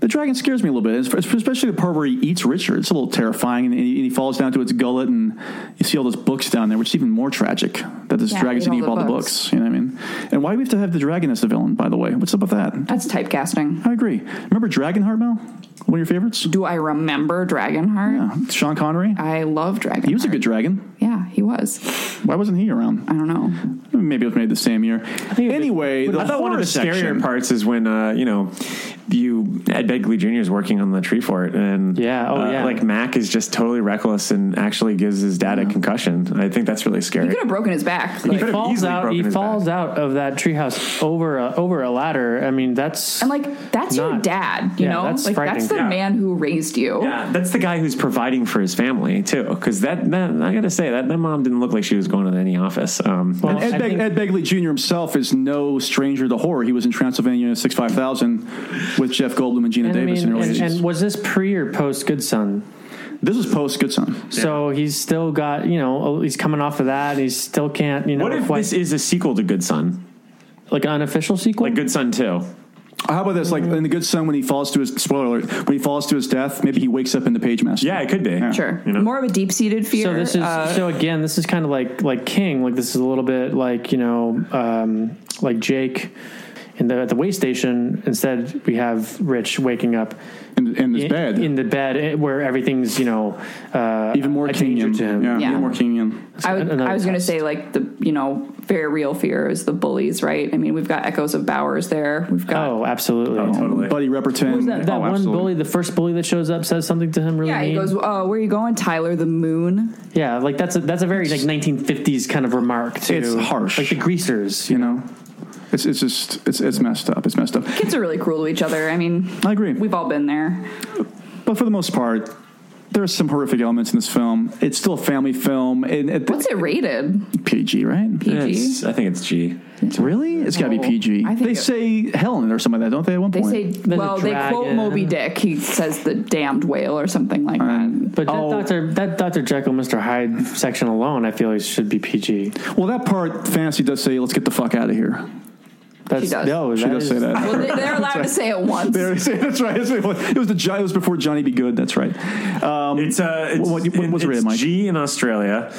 [SPEAKER 3] the dragon scares me a little bit, It's- especially the part where he eats Richard. It's a little terrifying, and he, and he falls down to its gullet, and you see all those books down there, which is even more tragic that this
[SPEAKER 5] Yeah,
[SPEAKER 3] dragon's
[SPEAKER 5] eat
[SPEAKER 3] going to eat
[SPEAKER 5] all
[SPEAKER 3] all
[SPEAKER 5] the
[SPEAKER 3] the
[SPEAKER 5] books.
[SPEAKER 3] books. You know what I mean? And why do we have to have the dragon as the villain? By the way, what's up with that?
[SPEAKER 5] bit. That's typecasting.
[SPEAKER 3] I agree. Remember Dragonheart, Mel? One of your favorites?
[SPEAKER 5] Do I remember Dragonheart?
[SPEAKER 3] Yeah, Sean Connery.
[SPEAKER 5] I love Dragonheart.
[SPEAKER 3] He was a good dragon.
[SPEAKER 5] Yeah, he was.
[SPEAKER 3] Why wasn't he around?
[SPEAKER 5] I don't know.
[SPEAKER 3] Maybe it was made the same year. Anyway, the
[SPEAKER 6] I thought one of
[SPEAKER 3] horror
[SPEAKER 6] the
[SPEAKER 3] section-
[SPEAKER 6] scarier parts is when uh, you know you Ed Begley Jr. is working on the tree fort, and
[SPEAKER 4] Yeah, oh,
[SPEAKER 6] uh,
[SPEAKER 4] yeah.
[SPEAKER 6] like Mac is just totally reckless and actually gives his dad a concussion. I think that's really
[SPEAKER 5] He
[SPEAKER 6] scary.
[SPEAKER 5] could have broken his back.
[SPEAKER 4] He
[SPEAKER 5] Like,
[SPEAKER 6] could've
[SPEAKER 4] falls
[SPEAKER 6] easily
[SPEAKER 4] out.
[SPEAKER 6] broken
[SPEAKER 4] He
[SPEAKER 6] his
[SPEAKER 4] falls out of that treehouse over a, over a ladder. I mean, that's
[SPEAKER 5] and like that's your
[SPEAKER 4] Not-
[SPEAKER 5] dad, you
[SPEAKER 4] Yeah,
[SPEAKER 5] know?
[SPEAKER 4] that's
[SPEAKER 5] like
[SPEAKER 4] frightening.
[SPEAKER 5] that's the
[SPEAKER 4] Yeah.
[SPEAKER 5] man who raised you.
[SPEAKER 6] Yeah, that's the guy who's providing for his family too. Because that, that I gotta say that that mom didn't look like she was going to any office. Um,
[SPEAKER 4] Well,
[SPEAKER 3] Ed,
[SPEAKER 4] I
[SPEAKER 3] Beg-
[SPEAKER 4] think-
[SPEAKER 3] Ed Begley Jr. himself is no stranger to horror. He was in Transylvania 65000 with Jeff Goldblum and Gina
[SPEAKER 4] And, I
[SPEAKER 3] Davis
[SPEAKER 4] mean,
[SPEAKER 3] in the
[SPEAKER 4] and,
[SPEAKER 3] early 80s.
[SPEAKER 4] and was this pre or post Good Son?
[SPEAKER 3] this is post Good Son.
[SPEAKER 4] So he's still got oh, you know he's coming off of that. and He still can't you know
[SPEAKER 6] what if
[SPEAKER 4] quite-
[SPEAKER 6] this is a sequel to Good Son,
[SPEAKER 4] like an unofficial sequel?
[SPEAKER 6] like Good Son Two?
[SPEAKER 3] How about this? Like in the Good Son, when he falls to his spoiler alert, when he falls to his death, maybe he wakes up in the Page Master.
[SPEAKER 6] Yeah, it could be.
[SPEAKER 5] Sure.
[SPEAKER 6] You know?
[SPEAKER 5] More of a deep seated fear.
[SPEAKER 4] so this is
[SPEAKER 5] uh,
[SPEAKER 4] so again this is kind of like like King. Like this is a little bit like you know um, like Jake. In the, at the way station, instead we have Rich waking up
[SPEAKER 3] in, in his
[SPEAKER 4] in,
[SPEAKER 3] bed.
[SPEAKER 4] in the bed eh, where everything's you know uh,
[SPEAKER 3] even more
[SPEAKER 4] a danger
[SPEAKER 3] Kingian.
[SPEAKER 4] to him.
[SPEAKER 3] Yeah,
[SPEAKER 5] Yeah.
[SPEAKER 3] even more Kingian.
[SPEAKER 5] I, would-
[SPEAKER 4] another
[SPEAKER 5] I was going to
[SPEAKER 4] test.
[SPEAKER 5] say like the you know very real fear is the bullies, right? I mean, we've got echoes of Bowers there. We've got
[SPEAKER 4] Oh, absolutely.
[SPEAKER 6] Totally.
[SPEAKER 3] Buddy Repperton.
[SPEAKER 4] Was that, that
[SPEAKER 3] Oh,
[SPEAKER 4] one
[SPEAKER 3] absolutely.
[SPEAKER 4] bully, the first bully that shows up, says something to him really
[SPEAKER 5] yeah.
[SPEAKER 4] mean?
[SPEAKER 5] He goes, uh, "Where you going, Tyler? The moon."
[SPEAKER 4] yeah, like that's a that's a very like 1950s kind of remark too.
[SPEAKER 3] It's harsh.
[SPEAKER 4] like the greasers.
[SPEAKER 3] You know? It's, it's just, it's, it's messed up. It's messed up.
[SPEAKER 5] Kids are really cruel to each other. I mean,
[SPEAKER 3] I agree.
[SPEAKER 5] we've all been there.
[SPEAKER 3] But for the most part, there's some horrific elements in this film. It's still a family film. And at the-
[SPEAKER 5] What's it rated?
[SPEAKER 3] PG, right?
[SPEAKER 5] PG.
[SPEAKER 6] It's- I think it's G.
[SPEAKER 3] Really? It's got to be
[SPEAKER 5] No.
[SPEAKER 3] PG.
[SPEAKER 5] I think
[SPEAKER 3] They
[SPEAKER 5] it-
[SPEAKER 3] say Helen or something like that, don't they? At one
[SPEAKER 5] They
[SPEAKER 3] point,
[SPEAKER 5] say,
[SPEAKER 4] a
[SPEAKER 5] well, they quote
[SPEAKER 4] dragon.
[SPEAKER 5] Moby Dick. He says the damned whale or something like that.
[SPEAKER 4] But that
[SPEAKER 3] Oh.
[SPEAKER 4] Doctor that Doctor Jekyll Mr Hyde section alone, I feel like should be PG.
[SPEAKER 3] Well, that part fantasy does say, "Let's get the fuck out of here."
[SPEAKER 4] That's
[SPEAKER 5] She does.
[SPEAKER 4] no,
[SPEAKER 3] She
[SPEAKER 4] that
[SPEAKER 3] does
[SPEAKER 4] is-
[SPEAKER 3] say that.
[SPEAKER 5] Well, they, they're allowed to say it once.
[SPEAKER 3] They already say- that's right. It was the Jo- it was before Johnny Be Good. That's right. Um,
[SPEAKER 6] It's uh, it's,
[SPEAKER 3] What- what was it rated,
[SPEAKER 6] it's
[SPEAKER 3] Mike?
[SPEAKER 6] G in Australia.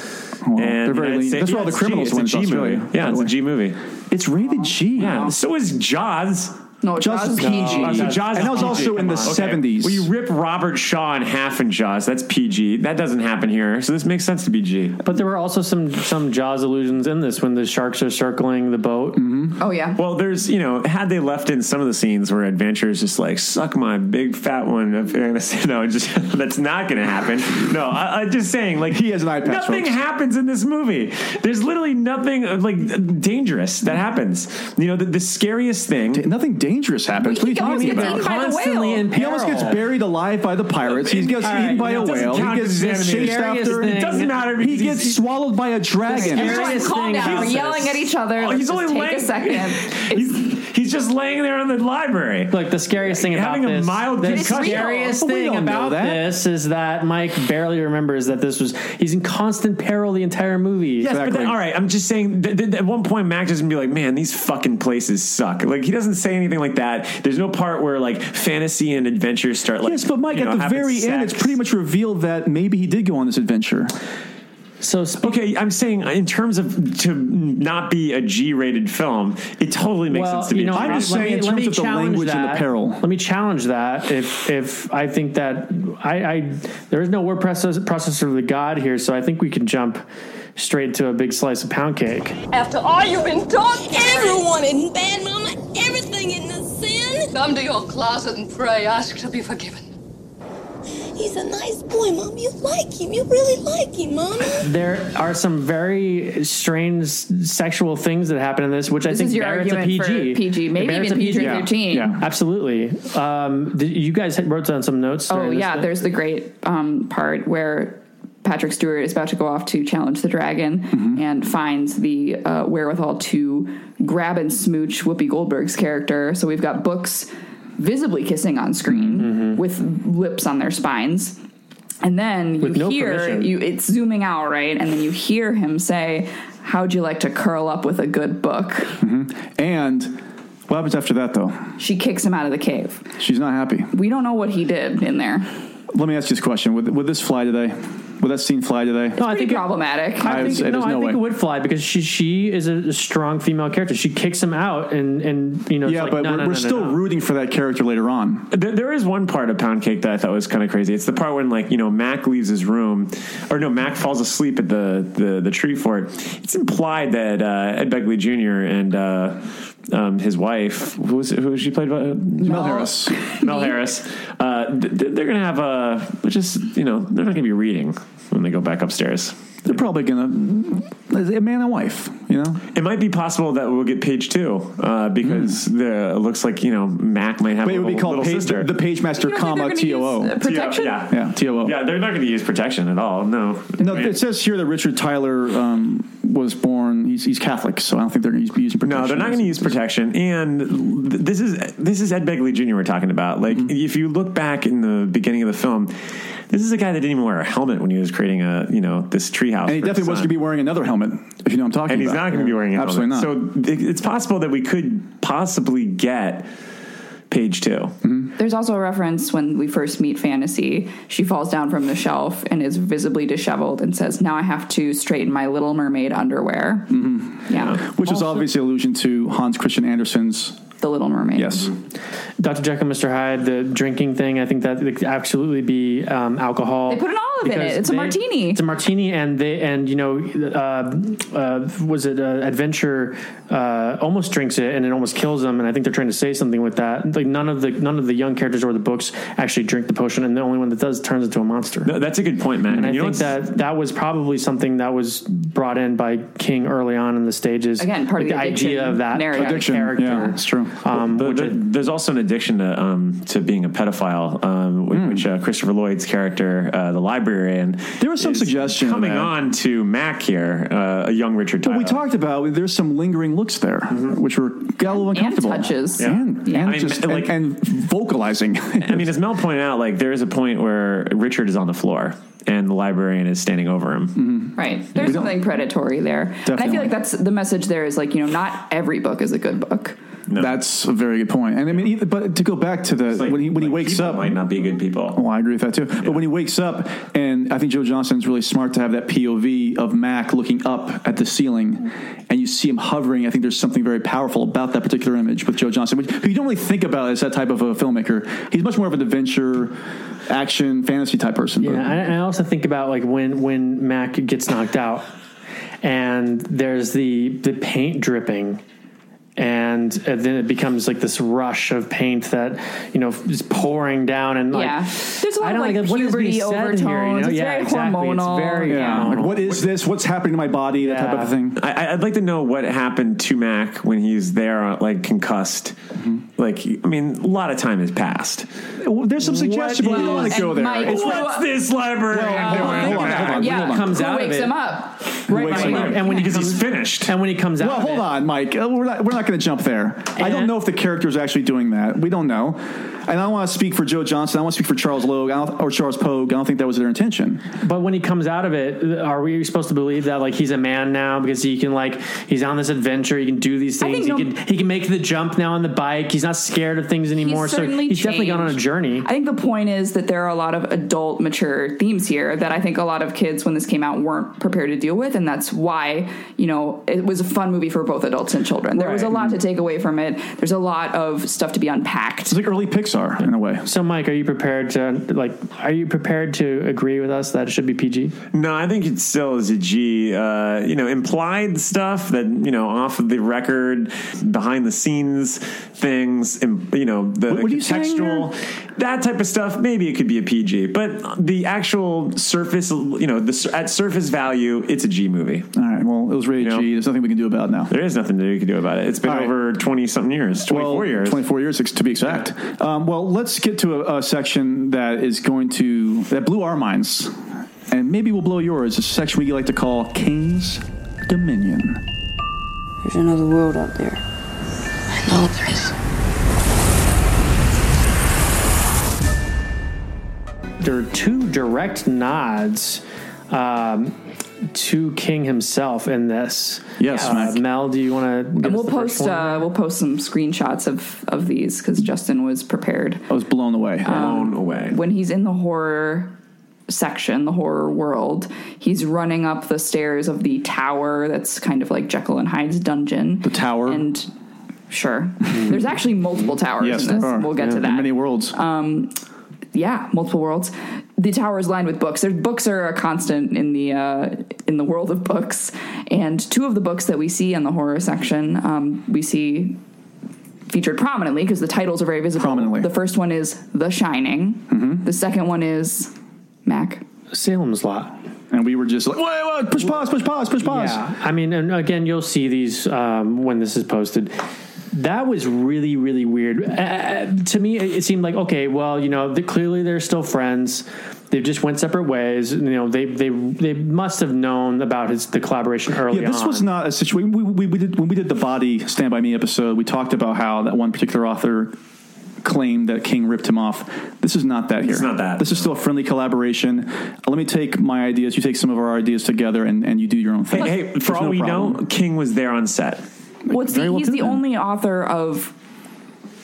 [SPEAKER 3] Well,
[SPEAKER 6] and
[SPEAKER 3] they're very
[SPEAKER 6] United
[SPEAKER 3] lenient.
[SPEAKER 6] States-
[SPEAKER 3] That's where
[SPEAKER 6] yeah,
[SPEAKER 3] all the
[SPEAKER 6] it's
[SPEAKER 3] criminals
[SPEAKER 6] G,
[SPEAKER 3] went
[SPEAKER 6] It's a
[SPEAKER 3] in
[SPEAKER 6] G
[SPEAKER 3] Australia,
[SPEAKER 6] movie.
[SPEAKER 3] by
[SPEAKER 6] Yeah,
[SPEAKER 3] the
[SPEAKER 6] it's a
[SPEAKER 3] way.
[SPEAKER 6] G movie.
[SPEAKER 3] it's rated G.
[SPEAKER 6] Yeah, so is Jaws.
[SPEAKER 5] no,
[SPEAKER 3] Jaws
[SPEAKER 5] Jaws
[SPEAKER 3] is
[SPEAKER 5] is
[SPEAKER 3] PG.
[SPEAKER 5] PG.
[SPEAKER 3] Oh,
[SPEAKER 6] so Jaws
[SPEAKER 3] And that was
[SPEAKER 6] is
[SPEAKER 3] also
[SPEAKER 6] PG,
[SPEAKER 3] in
[SPEAKER 6] come
[SPEAKER 3] the
[SPEAKER 6] on. Okay.
[SPEAKER 3] 70s.
[SPEAKER 6] Well, you rip Robert Shaw in half in Jaws. That's PG. That doesn't happen here. So this makes sense to be G.
[SPEAKER 4] But there were also some some Jaws illusions in this when the sharks are circling the boat.
[SPEAKER 3] Mm.
[SPEAKER 5] Oh yeah.
[SPEAKER 6] Well, there's, you know, had they left in some of the scenes where Adventure is just like, suck my big fat one, up here," no, just that's not going to happen. No, I, I'm just saying, like,
[SPEAKER 3] He has an eye patch,
[SPEAKER 6] Nothing
[SPEAKER 3] folks.
[SPEAKER 6] happens in this movie. There's literally nothing uh, like dangerous that happens. You know, the, the scariest thing.
[SPEAKER 3] Nothing dangerous happens.
[SPEAKER 5] Well,
[SPEAKER 3] What are you
[SPEAKER 5] he
[SPEAKER 3] talking
[SPEAKER 5] gets
[SPEAKER 3] about?
[SPEAKER 5] eaten by the
[SPEAKER 4] Constantly
[SPEAKER 5] whale.
[SPEAKER 4] in
[SPEAKER 3] He almost gets
[SPEAKER 4] peril.
[SPEAKER 3] buried alive by the pirates. He gets
[SPEAKER 6] All right,
[SPEAKER 3] eaten by
[SPEAKER 6] no,
[SPEAKER 3] a
[SPEAKER 6] it doesn't
[SPEAKER 3] whale. He
[SPEAKER 6] count
[SPEAKER 3] gets
[SPEAKER 6] 'cause he's
[SPEAKER 3] chased
[SPEAKER 4] animated.
[SPEAKER 3] after.
[SPEAKER 4] Scariest
[SPEAKER 6] It doesn't matter
[SPEAKER 3] He
[SPEAKER 6] because
[SPEAKER 3] gets
[SPEAKER 6] he's-
[SPEAKER 3] swallowed by a dragon.
[SPEAKER 4] Scariest
[SPEAKER 5] Everyone calm
[SPEAKER 4] thing
[SPEAKER 5] down.
[SPEAKER 4] about
[SPEAKER 5] We're
[SPEAKER 4] this-
[SPEAKER 5] yelling at each other.
[SPEAKER 6] Oh,
[SPEAKER 5] Let's
[SPEAKER 6] he's
[SPEAKER 5] just
[SPEAKER 6] only
[SPEAKER 5] take
[SPEAKER 6] laying.
[SPEAKER 5] a second.
[SPEAKER 6] he's, he's just laying there in the library.
[SPEAKER 4] Look, the scariest thing about
[SPEAKER 6] Having a
[SPEAKER 4] this,
[SPEAKER 6] mild
[SPEAKER 4] the
[SPEAKER 6] concussion.
[SPEAKER 4] scariest
[SPEAKER 3] But Oh, we
[SPEAKER 4] thing
[SPEAKER 3] don't know
[SPEAKER 4] about
[SPEAKER 3] that.
[SPEAKER 4] this is that Mike barely remembers that this was he's in constant peril the entire movie.
[SPEAKER 6] Yes, but
[SPEAKER 3] Exactly.
[SPEAKER 6] then, all right. I'm just saying. Th- th- at one point, Mac just gonna be like, "Man, these fucking places suck." Like he doesn't say anything like that. There's no part where like fantasy and adventure start. Like,
[SPEAKER 3] Yes, but Mike,
[SPEAKER 6] you
[SPEAKER 3] at
[SPEAKER 6] know,
[SPEAKER 3] the
[SPEAKER 6] having
[SPEAKER 3] very end,
[SPEAKER 6] sex.
[SPEAKER 3] it's pretty much revealed that maybe he did go on this adventure.
[SPEAKER 11] So sp-
[SPEAKER 4] Okay, I'm saying uh, in terms of to not be a G-rated film, it totally makes sense to be.
[SPEAKER 11] you know,
[SPEAKER 4] a
[SPEAKER 11] I'm
[SPEAKER 4] G-rated
[SPEAKER 3] just saying in terms of the
[SPEAKER 11] challenge
[SPEAKER 3] language and the peril.
[SPEAKER 11] Let me challenge that. If if I think that I, I there is no word process, processor of the god here, so I think we can jump straight to a big slice of pound cake.
[SPEAKER 10] After all you've been taught,
[SPEAKER 12] Everyone in bad mama, everything in the sin.
[SPEAKER 10] come to your closet and pray, ask to be forgiven.
[SPEAKER 12] He's a nice boy, mom. You like him. You really like him, mom.
[SPEAKER 11] There are some very strange sexual things that happen in this, which I
[SPEAKER 5] This
[SPEAKER 11] think
[SPEAKER 5] is your
[SPEAKER 11] merits a
[SPEAKER 5] argument
[SPEAKER 11] PG.
[SPEAKER 5] for PG,
[SPEAKER 11] It
[SPEAKER 5] maybe
[SPEAKER 11] merits
[SPEAKER 5] even
[SPEAKER 11] a PG.
[SPEAKER 5] PG-13.
[SPEAKER 11] Yeah, yeah, absolutely. Um, did, you guys had wrote down some notes.
[SPEAKER 5] Oh
[SPEAKER 11] during this
[SPEAKER 5] yeah,
[SPEAKER 11] thing?
[SPEAKER 5] there's the great um, part where Patrick Stewart is about to go off to challenge the dragon
[SPEAKER 4] Mm-hmm.
[SPEAKER 5] and finds the uh, wherewithal to grab and smooch Whoopi Goldberg's character. So we've got books visibly kissing on screen
[SPEAKER 3] Mm-hmm.
[SPEAKER 5] with lips on their spines. And then you
[SPEAKER 11] With no
[SPEAKER 5] hear
[SPEAKER 11] permission.
[SPEAKER 5] you it's zooming out, right? And then you hear him say, How'd you like to curl up with a good book?
[SPEAKER 3] And what happens after that, though?
[SPEAKER 5] She kicks him out of the cave.
[SPEAKER 3] She's not happy.
[SPEAKER 5] We don't know what he did in there.
[SPEAKER 3] Let me ask you this question: Would, would this fly today? Would that scene fly today?
[SPEAKER 11] no, I
[SPEAKER 5] Pretty
[SPEAKER 11] think it-
[SPEAKER 5] problematic.
[SPEAKER 3] I
[SPEAKER 11] I
[SPEAKER 3] would
[SPEAKER 11] think,
[SPEAKER 3] say
[SPEAKER 11] no,
[SPEAKER 3] there's
[SPEAKER 11] I
[SPEAKER 3] no
[SPEAKER 11] think
[SPEAKER 3] way.
[SPEAKER 11] it would fly because she she is a strong female character. She kicks him out, and and you know,
[SPEAKER 3] yeah,
[SPEAKER 11] it's
[SPEAKER 3] but
[SPEAKER 11] like, no,
[SPEAKER 3] we're,
[SPEAKER 11] no,
[SPEAKER 3] we're
[SPEAKER 11] no, no,
[SPEAKER 3] still
[SPEAKER 11] no.
[SPEAKER 3] rooting for that character later on.
[SPEAKER 4] There, there is one part of Pound Cake that I thought was kind of crazy. It's the part when like you know Mac leaves his room, or no, Mac falls asleep at the the, the tree fort. It's implied that uh, Ed Begley Jr. and uh, um, his wife, who was it, who she played by
[SPEAKER 3] Mel Harris.
[SPEAKER 4] Mel Harris, uh, th- th- they're gonna have a just you know they're not gonna be reading when they go back upstairs.
[SPEAKER 3] They're probably gonna a man and wife. You know,
[SPEAKER 4] It might be possible that we'll get page two uh, because the, it looks like you know Mac might have.
[SPEAKER 3] but
[SPEAKER 4] a
[SPEAKER 3] Hmm. it would be
[SPEAKER 4] little-
[SPEAKER 3] called
[SPEAKER 4] little
[SPEAKER 3] page,
[SPEAKER 4] sister.
[SPEAKER 3] the Page Master,
[SPEAKER 5] You don't think
[SPEAKER 3] comma
[SPEAKER 5] they're
[SPEAKER 3] T O
[SPEAKER 5] gonna use, uh,
[SPEAKER 3] O.
[SPEAKER 5] protection?
[SPEAKER 4] Yeah, yeah.
[SPEAKER 3] Yeah, T O O.
[SPEAKER 4] Yeah, they're not going to use protection at all. No.
[SPEAKER 3] No,
[SPEAKER 4] I mean,
[SPEAKER 3] it says here that Richard Tyler um, was born. He's, he's Catholic, so I don't think they're going to be using protection.
[SPEAKER 4] no, they're not going to use protection. And th- this is this is Ed Begley Jr. we're talking about. Like,
[SPEAKER 3] Mm-hmm.
[SPEAKER 4] if you look back in the beginning of the film, this is a guy that didn't even wear a helmet when he was creating a you know this treehouse.
[SPEAKER 3] And he definitely wasn't going to be wearing another helmet, if you know what I'm talking
[SPEAKER 4] And he's
[SPEAKER 3] about.
[SPEAKER 4] not going to be wearing a
[SPEAKER 3] Absolutely not.
[SPEAKER 4] helmet. So th- it's possible that we could possibly get page 2
[SPEAKER 3] Mm-hmm.
[SPEAKER 5] There's also a reference when we first meet Fantasy. She falls down from the shelf and is visibly disheveled and says, Now I have to straighten my Little Mermaid underwear. Mm-hmm. Yeah.
[SPEAKER 3] Which is obviously allusion to Hans Christian Andersen's.
[SPEAKER 5] The Little Mermaid.
[SPEAKER 3] Yes.
[SPEAKER 4] Mm-hmm.
[SPEAKER 11] Dr. Jekyll, Mr. Hyde, the drinking thing. I think that it could absolutely be um, alcohol.
[SPEAKER 5] They put an olive in
[SPEAKER 11] because
[SPEAKER 5] it. It's a martini.
[SPEAKER 11] It's a martini, and they and you know, uh, uh, was it uh, Adventure? Uh, almost drinks it, and it almost kills him. And I think they're trying to say something with that. Like none of the none of the young characters or the books actually drink the potion, and the only one that does turns into a monster.
[SPEAKER 4] No, that's a good point, man.
[SPEAKER 11] And I
[SPEAKER 4] you know
[SPEAKER 11] think
[SPEAKER 4] what's-
[SPEAKER 11] that that was probably something that was brought in by King early on in the stages.
[SPEAKER 5] Again, part of
[SPEAKER 11] Like
[SPEAKER 5] the
[SPEAKER 11] idea
[SPEAKER 5] addiction
[SPEAKER 11] of that
[SPEAKER 5] narrative.
[SPEAKER 3] Addiction,
[SPEAKER 11] character.
[SPEAKER 3] yeah, it's true.
[SPEAKER 11] Um,
[SPEAKER 4] The-
[SPEAKER 11] which
[SPEAKER 4] the-
[SPEAKER 11] I-
[SPEAKER 4] there's also an addiction to um, to being a pedophile, um, whi- which uh, Christopher Lloyd's character, uh, the librarian,
[SPEAKER 3] Hmm. There was some
[SPEAKER 4] is
[SPEAKER 3] suggestion of
[SPEAKER 4] coming
[SPEAKER 3] that.
[SPEAKER 4] on to Mac here, uh, a young Richard.
[SPEAKER 3] But
[SPEAKER 4] Tyler.
[SPEAKER 3] we talked about there's some lingering looks there, which were got a little uncomfortable.
[SPEAKER 5] touches. Yeah.
[SPEAKER 3] And,
[SPEAKER 5] Yeah.
[SPEAKER 3] and
[SPEAKER 4] I mean,
[SPEAKER 3] just,
[SPEAKER 4] like-
[SPEAKER 3] and, and vocalizing.
[SPEAKER 4] I mean, as Mel pointed out, like there is a point where Richard is on the floor and the librarian is standing over him.
[SPEAKER 3] Mm-hmm.
[SPEAKER 5] Right. There's something predatory there. And I
[SPEAKER 3] Definitely.
[SPEAKER 5] feel like that's the message there is like, you know, not every book is a good book.
[SPEAKER 3] That's a very good point. And I mean, either, but to go back to the
[SPEAKER 4] It's like-
[SPEAKER 3] when he when he
[SPEAKER 4] like,
[SPEAKER 3] wakes
[SPEAKER 4] people
[SPEAKER 3] up,
[SPEAKER 4] might not be good people.
[SPEAKER 3] Well, Oh, I agree with that too. But when he wakes up, and I think Joe Johnson's really smart to have that POV of Mac looking up at the ceiling, and you see him hovering. I think there's something very powerful about that particular image with Joe Johnson, which who you don't really think about as that type of a filmmaker. He's much more of an adventure, action, fantasy type person. but-
[SPEAKER 11] Yeah, and I, I also think about like when when Mac gets knocked out, and there's the the paint dripping. And, and then it becomes like this rush of paint that you know is pouring down and like
[SPEAKER 5] yeah. There's a lot
[SPEAKER 11] I
[SPEAKER 5] of
[SPEAKER 11] don't
[SPEAKER 5] like,
[SPEAKER 11] like, what is being
[SPEAKER 5] puberty
[SPEAKER 11] said
[SPEAKER 5] overtones.
[SPEAKER 11] here, you know?
[SPEAKER 5] It's
[SPEAKER 11] Yeah,
[SPEAKER 5] very
[SPEAKER 11] exactly. It's
[SPEAKER 5] hormonal.
[SPEAKER 11] very-
[SPEAKER 3] yeah. Like, what is this? What's happening to my body? That type
[SPEAKER 11] Yeah.
[SPEAKER 3] of thing.
[SPEAKER 4] I, I- I'd like to know what happened to Mac when he's there, uh, like concussed. Like, I mean, a lot of time has passed.
[SPEAKER 3] Mm-hmm. Well, There's some suggestion, but we don't want
[SPEAKER 5] is-
[SPEAKER 3] to go
[SPEAKER 5] And
[SPEAKER 3] there.
[SPEAKER 5] Mike-
[SPEAKER 3] It's-
[SPEAKER 5] Well,
[SPEAKER 4] What's this librarian
[SPEAKER 3] Well,
[SPEAKER 4] doing?
[SPEAKER 3] hold on, hold on.
[SPEAKER 5] Yeah.
[SPEAKER 3] Hold on.
[SPEAKER 11] Comes
[SPEAKER 5] Who
[SPEAKER 11] out of
[SPEAKER 5] wakes
[SPEAKER 11] it.
[SPEAKER 5] him up?
[SPEAKER 11] right,
[SPEAKER 3] wakes
[SPEAKER 11] and,
[SPEAKER 3] him
[SPEAKER 11] when-
[SPEAKER 3] up.
[SPEAKER 11] and when he
[SPEAKER 4] Because
[SPEAKER 11] comes
[SPEAKER 4] he's finished.
[SPEAKER 11] and when he comes out
[SPEAKER 3] Well,
[SPEAKER 11] of
[SPEAKER 3] hold
[SPEAKER 11] it-
[SPEAKER 3] on, Mike. Uh, We're not, we're not going to jump there. I don't
[SPEAKER 11] And-
[SPEAKER 3] know if the character is actually doing that. We don't know. And I don't want to speak for Joe Johnson. I want to speak for Charles Logue I don't- or Charles Pogue. I don't think that was their intention.
[SPEAKER 11] But when he comes out of it, are we supposed to believe that like he's a man now because he can like he's on this adventure, he can do these
[SPEAKER 5] I
[SPEAKER 11] things, he
[SPEAKER 5] think no-
[SPEAKER 11] can he can make the jump now on the bike, he's not scared of things anymore. so he's
[SPEAKER 5] certainly
[SPEAKER 11] definitely gone on a
[SPEAKER 5] changed.
[SPEAKER 11] journey.
[SPEAKER 5] I think the point is that there are a lot of adult, mature themes here that I think a lot of kids, when this came out, weren't prepared to deal with, and that's why you know it was a fun movie for both adults and children. There was a
[SPEAKER 11] Right.
[SPEAKER 5] lot to take away from it. There's a lot of stuff to be unpacked.
[SPEAKER 3] It's like early Pixar in a way.
[SPEAKER 11] So, Mike, are you prepared to like? Are you prepared to agree with us that it should be PG?
[SPEAKER 4] No, I think it still is a G. Uh, you know, implied stuff that you know off of the record, behind the scenes things. im- You know, the
[SPEAKER 3] What- what are you saying
[SPEAKER 4] contextual, that type of stuff. Maybe it could be a PG, but the actual surface, you know, the sur- at surface value, it's a G movie.
[SPEAKER 3] All right. Well, it was rated
[SPEAKER 4] Yeah.
[SPEAKER 3] G. There's nothing we can do about it now.
[SPEAKER 4] There is nothing that you can do about it. It's been
[SPEAKER 3] All right.
[SPEAKER 4] over twenty something years, twenty four
[SPEAKER 3] Well,
[SPEAKER 4] years.
[SPEAKER 3] 24 years ex- to be exact. Um, well, let's get to a, a section that is going to that blew our minds, and maybe will blow yours. It's a section we like to call King's Dominion.
[SPEAKER 13] There's another world out there.
[SPEAKER 14] I know there is.
[SPEAKER 11] There are two direct nods um, to King himself in this.
[SPEAKER 3] Yes,
[SPEAKER 11] uh,
[SPEAKER 3] Mike.
[SPEAKER 11] Mel, do you want to?
[SPEAKER 5] And we'll post uh, we'll post some screenshots of of these because Justin was prepared.
[SPEAKER 3] I was blown away.
[SPEAKER 5] Um,
[SPEAKER 4] Blown away.
[SPEAKER 5] when he's in the horror section, the horror world, he's running up the stairs of the tower that's kind of like Jekyll and Hyde's dungeon. The
[SPEAKER 3] tower? Hmm.
[SPEAKER 5] And sure. There's actually multiple towers
[SPEAKER 3] Yes,
[SPEAKER 5] in this.
[SPEAKER 3] there are.
[SPEAKER 5] We'll get
[SPEAKER 3] Yeah,
[SPEAKER 5] to
[SPEAKER 3] there are
[SPEAKER 5] that. Um,
[SPEAKER 3] Many worlds.
[SPEAKER 5] yeah, multiple worlds. The tower is lined with books. There's books are a constant in the uh, in the world of books. And two of the books that we see in the horror section, um, we see featured prominently because the titles are very visible.
[SPEAKER 3] Prominently. Mm-hmm.
[SPEAKER 5] The first one is The Shining. The second one is Mac.
[SPEAKER 11] Salem's Lot.
[SPEAKER 3] and we were just like, wait, wait, push pause, push pause, push pause.
[SPEAKER 11] Yeah, I mean, and again, you'll see these um, when this is posted. That was really, really weird. Uh, Uh, to me, it it seemed like okay, well, you know, the, clearly they're still friends. They just went separate ways. You know, they they they must have known about his the collaboration early.
[SPEAKER 3] Yeah, this
[SPEAKER 11] on.
[SPEAKER 3] was not a situation. We, we, we did, when we did the Body Stand By Me episode, we talked about how that one particular author claimed that King ripped him off. This is not that here.
[SPEAKER 4] It's not that.
[SPEAKER 3] This is still a friendly collaboration. Uh, Let me take my ideas, you take some of our ideas together, and, and you do your own thing.
[SPEAKER 4] Hey, hey, for
[SPEAKER 3] There's
[SPEAKER 4] all
[SPEAKER 3] no
[SPEAKER 4] we
[SPEAKER 3] problem.
[SPEAKER 4] know, King was there on set.
[SPEAKER 5] Well, it's
[SPEAKER 3] very
[SPEAKER 5] the,
[SPEAKER 3] well
[SPEAKER 5] he's
[SPEAKER 3] could
[SPEAKER 5] the
[SPEAKER 3] then.
[SPEAKER 5] only author of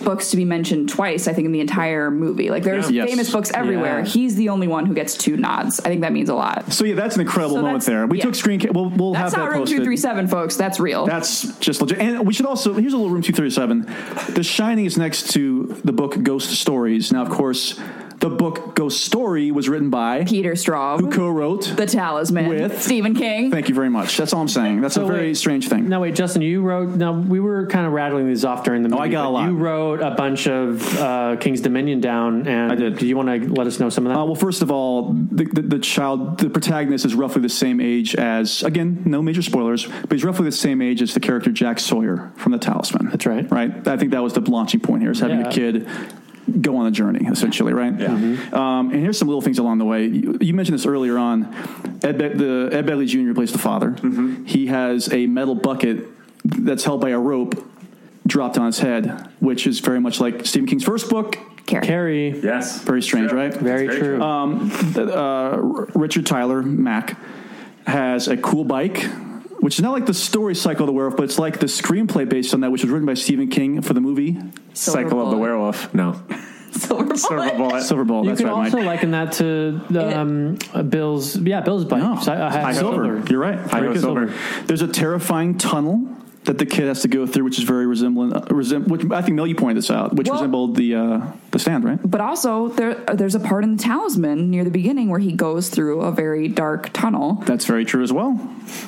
[SPEAKER 5] books to be mentioned twice, I think, in the entire movie. Like, there's
[SPEAKER 3] Yeah. Yes.
[SPEAKER 5] famous books everywhere.
[SPEAKER 11] Yeah.
[SPEAKER 5] He's the only one who gets two nods. I think that means a lot.
[SPEAKER 3] So, yeah, that's an incredible
[SPEAKER 5] So
[SPEAKER 3] moment
[SPEAKER 5] that's-
[SPEAKER 3] there. We
[SPEAKER 5] yeah.
[SPEAKER 3] took screen. Ca- we'll we'll
[SPEAKER 5] That's
[SPEAKER 3] have
[SPEAKER 5] not
[SPEAKER 3] that
[SPEAKER 5] Room
[SPEAKER 3] posted.
[SPEAKER 5] 237, folks. That's real.
[SPEAKER 3] That's just legit. And we should also here's a little room 237. The Shining is next to the book Ghost Stories. Now, of course, the book Ghost Story was written by
[SPEAKER 5] Peter Straub,
[SPEAKER 3] who co-wrote.
[SPEAKER 5] The Talisman,
[SPEAKER 3] With-
[SPEAKER 5] Stephen King.
[SPEAKER 3] Thank you very much. That's all I'm saying. That's a
[SPEAKER 11] So
[SPEAKER 3] very
[SPEAKER 11] wait.
[SPEAKER 3] strange thing.
[SPEAKER 11] No, wait, Justin, you wrote. Now we were kind of rattling these off during the movie.
[SPEAKER 3] Oh, I got a
[SPEAKER 11] but
[SPEAKER 3] lot.
[SPEAKER 11] You wrote a bunch of uh, King's Dominion down, and
[SPEAKER 3] I did.
[SPEAKER 11] Do you want to let us know some of that?
[SPEAKER 3] Uh, well, first of all, the, the, the child, the protagonist, is roughly the same age as, again, no major spoilers, but he's roughly the same age as the character Jack Sawyer from The Talisman.
[SPEAKER 11] That's right.
[SPEAKER 3] Right? I think that was the launching point here, is having
[SPEAKER 11] Yeah.
[SPEAKER 3] a kid go on a journey, essentially, right? Yeah.
[SPEAKER 11] Mm-hmm.
[SPEAKER 3] Um, and here's some little things along the way. You, you mentioned this earlier on. Ed, Be- the, Ed Begley Jr. plays the father. He has a metal bucket that's held by a rope dropped on his head, which is very much like Stephen King's first book.
[SPEAKER 5] Carrie.
[SPEAKER 11] Carrie,
[SPEAKER 4] Yes,
[SPEAKER 3] Very strange, right?
[SPEAKER 11] very, true.
[SPEAKER 3] uh, R- Richard Tyler Mack has a cool bike, which is not like the story cycle of the werewolf, but it's like the screenplay based on that, which was written by Stephen King for the movie
[SPEAKER 5] Silver
[SPEAKER 4] cycle of the
[SPEAKER 5] Bullet.
[SPEAKER 4] werewolf. No,
[SPEAKER 5] Silver Bullet.
[SPEAKER 4] Silver bullet.
[SPEAKER 3] Silver Ball.
[SPEAKER 11] you
[SPEAKER 3] that's
[SPEAKER 11] could
[SPEAKER 3] right,
[SPEAKER 11] also
[SPEAKER 3] Mike.
[SPEAKER 11] liken that to the, um, Bill's, yeah, Bill's bike.
[SPEAKER 3] No,
[SPEAKER 11] Si- uh,
[SPEAKER 3] High Silver. You're right.
[SPEAKER 4] High
[SPEAKER 3] Drake
[SPEAKER 4] Hill
[SPEAKER 3] is
[SPEAKER 4] Silver.
[SPEAKER 3] There's a terrifying tunnel that the kid has to go through, which is very resemblant. Uh, resem- which I think Mel, you pointed this out, which
[SPEAKER 5] Well-
[SPEAKER 3] resembled the uh, the stand, right?
[SPEAKER 5] But also, there, there's a part in the Talisman near the beginning where he goes through a very dark tunnel.
[SPEAKER 3] That's very true as well.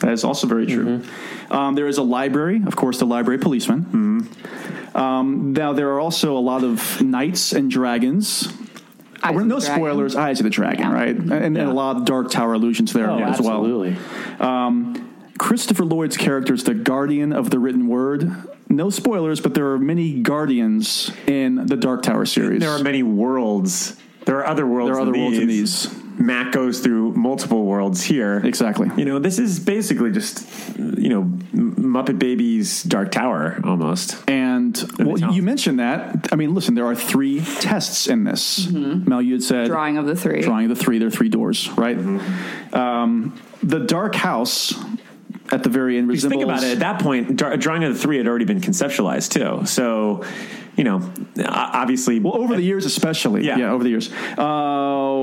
[SPEAKER 3] That is also very true. Um, there is a library, of course, the library policeman. Um, now there are also a lot of knights and dragons.
[SPEAKER 5] Eyes
[SPEAKER 3] We're-
[SPEAKER 5] of
[SPEAKER 3] no
[SPEAKER 5] the Dragon.
[SPEAKER 3] spoilers. Eyes of the Dragon,
[SPEAKER 5] Yeah.
[SPEAKER 3] right? And, and a lot of Dark Tower allusions there
[SPEAKER 11] Oh,
[SPEAKER 3] as well.
[SPEAKER 11] absolutely.
[SPEAKER 3] Christopher Lloyd's character is the guardian of the written word. No spoilers, but there are many guardians in the Dark Tower series.
[SPEAKER 4] there are many worlds. There are other worlds.
[SPEAKER 3] There are other
[SPEAKER 4] than
[SPEAKER 3] worlds in
[SPEAKER 4] these.
[SPEAKER 3] these.
[SPEAKER 4] Matt goes through multiple worlds here.
[SPEAKER 3] Exactly.
[SPEAKER 4] You know, this is basically just you know Muppet Babies Dark Tower almost.
[SPEAKER 3] And well,
[SPEAKER 4] tell.
[SPEAKER 3] you mentioned that. I mean, listen, there are three tests in this. Mel, you had said
[SPEAKER 5] Mm-hmm. Drawing of the three.
[SPEAKER 3] drawing of the three. There are three doors, right? Um, the dark house at the very end
[SPEAKER 4] Because
[SPEAKER 3] resembles.
[SPEAKER 4] think about it. At that point, Dar- drawing of the three had already been conceptualized too. So you know, o- obviously.
[SPEAKER 3] Well, over the years, especially.
[SPEAKER 4] Yeah.
[SPEAKER 3] over the years. Uh,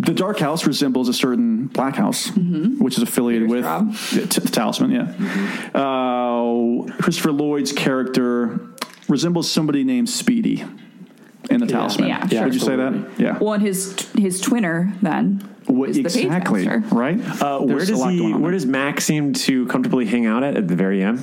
[SPEAKER 3] the Dark House resembles a certain Black House,
[SPEAKER 5] Mm-hmm.
[SPEAKER 3] which is affiliated with Yeah, t- the Talisman, yeah. Uh, Christopher Lloyd's character resembles somebody named Speedy in the Talisman.
[SPEAKER 5] Yeah,
[SPEAKER 3] Would
[SPEAKER 5] sure.
[SPEAKER 3] you say that? Yeah.
[SPEAKER 5] Well, and his his twinner then.
[SPEAKER 3] What,
[SPEAKER 5] is the page
[SPEAKER 3] exactly,
[SPEAKER 5] master.
[SPEAKER 3] right?
[SPEAKER 4] Uh, where
[SPEAKER 3] There's a
[SPEAKER 4] does
[SPEAKER 3] lot
[SPEAKER 4] he?
[SPEAKER 3] going on
[SPEAKER 4] Where does Max seem to comfortably hang out at at the very end?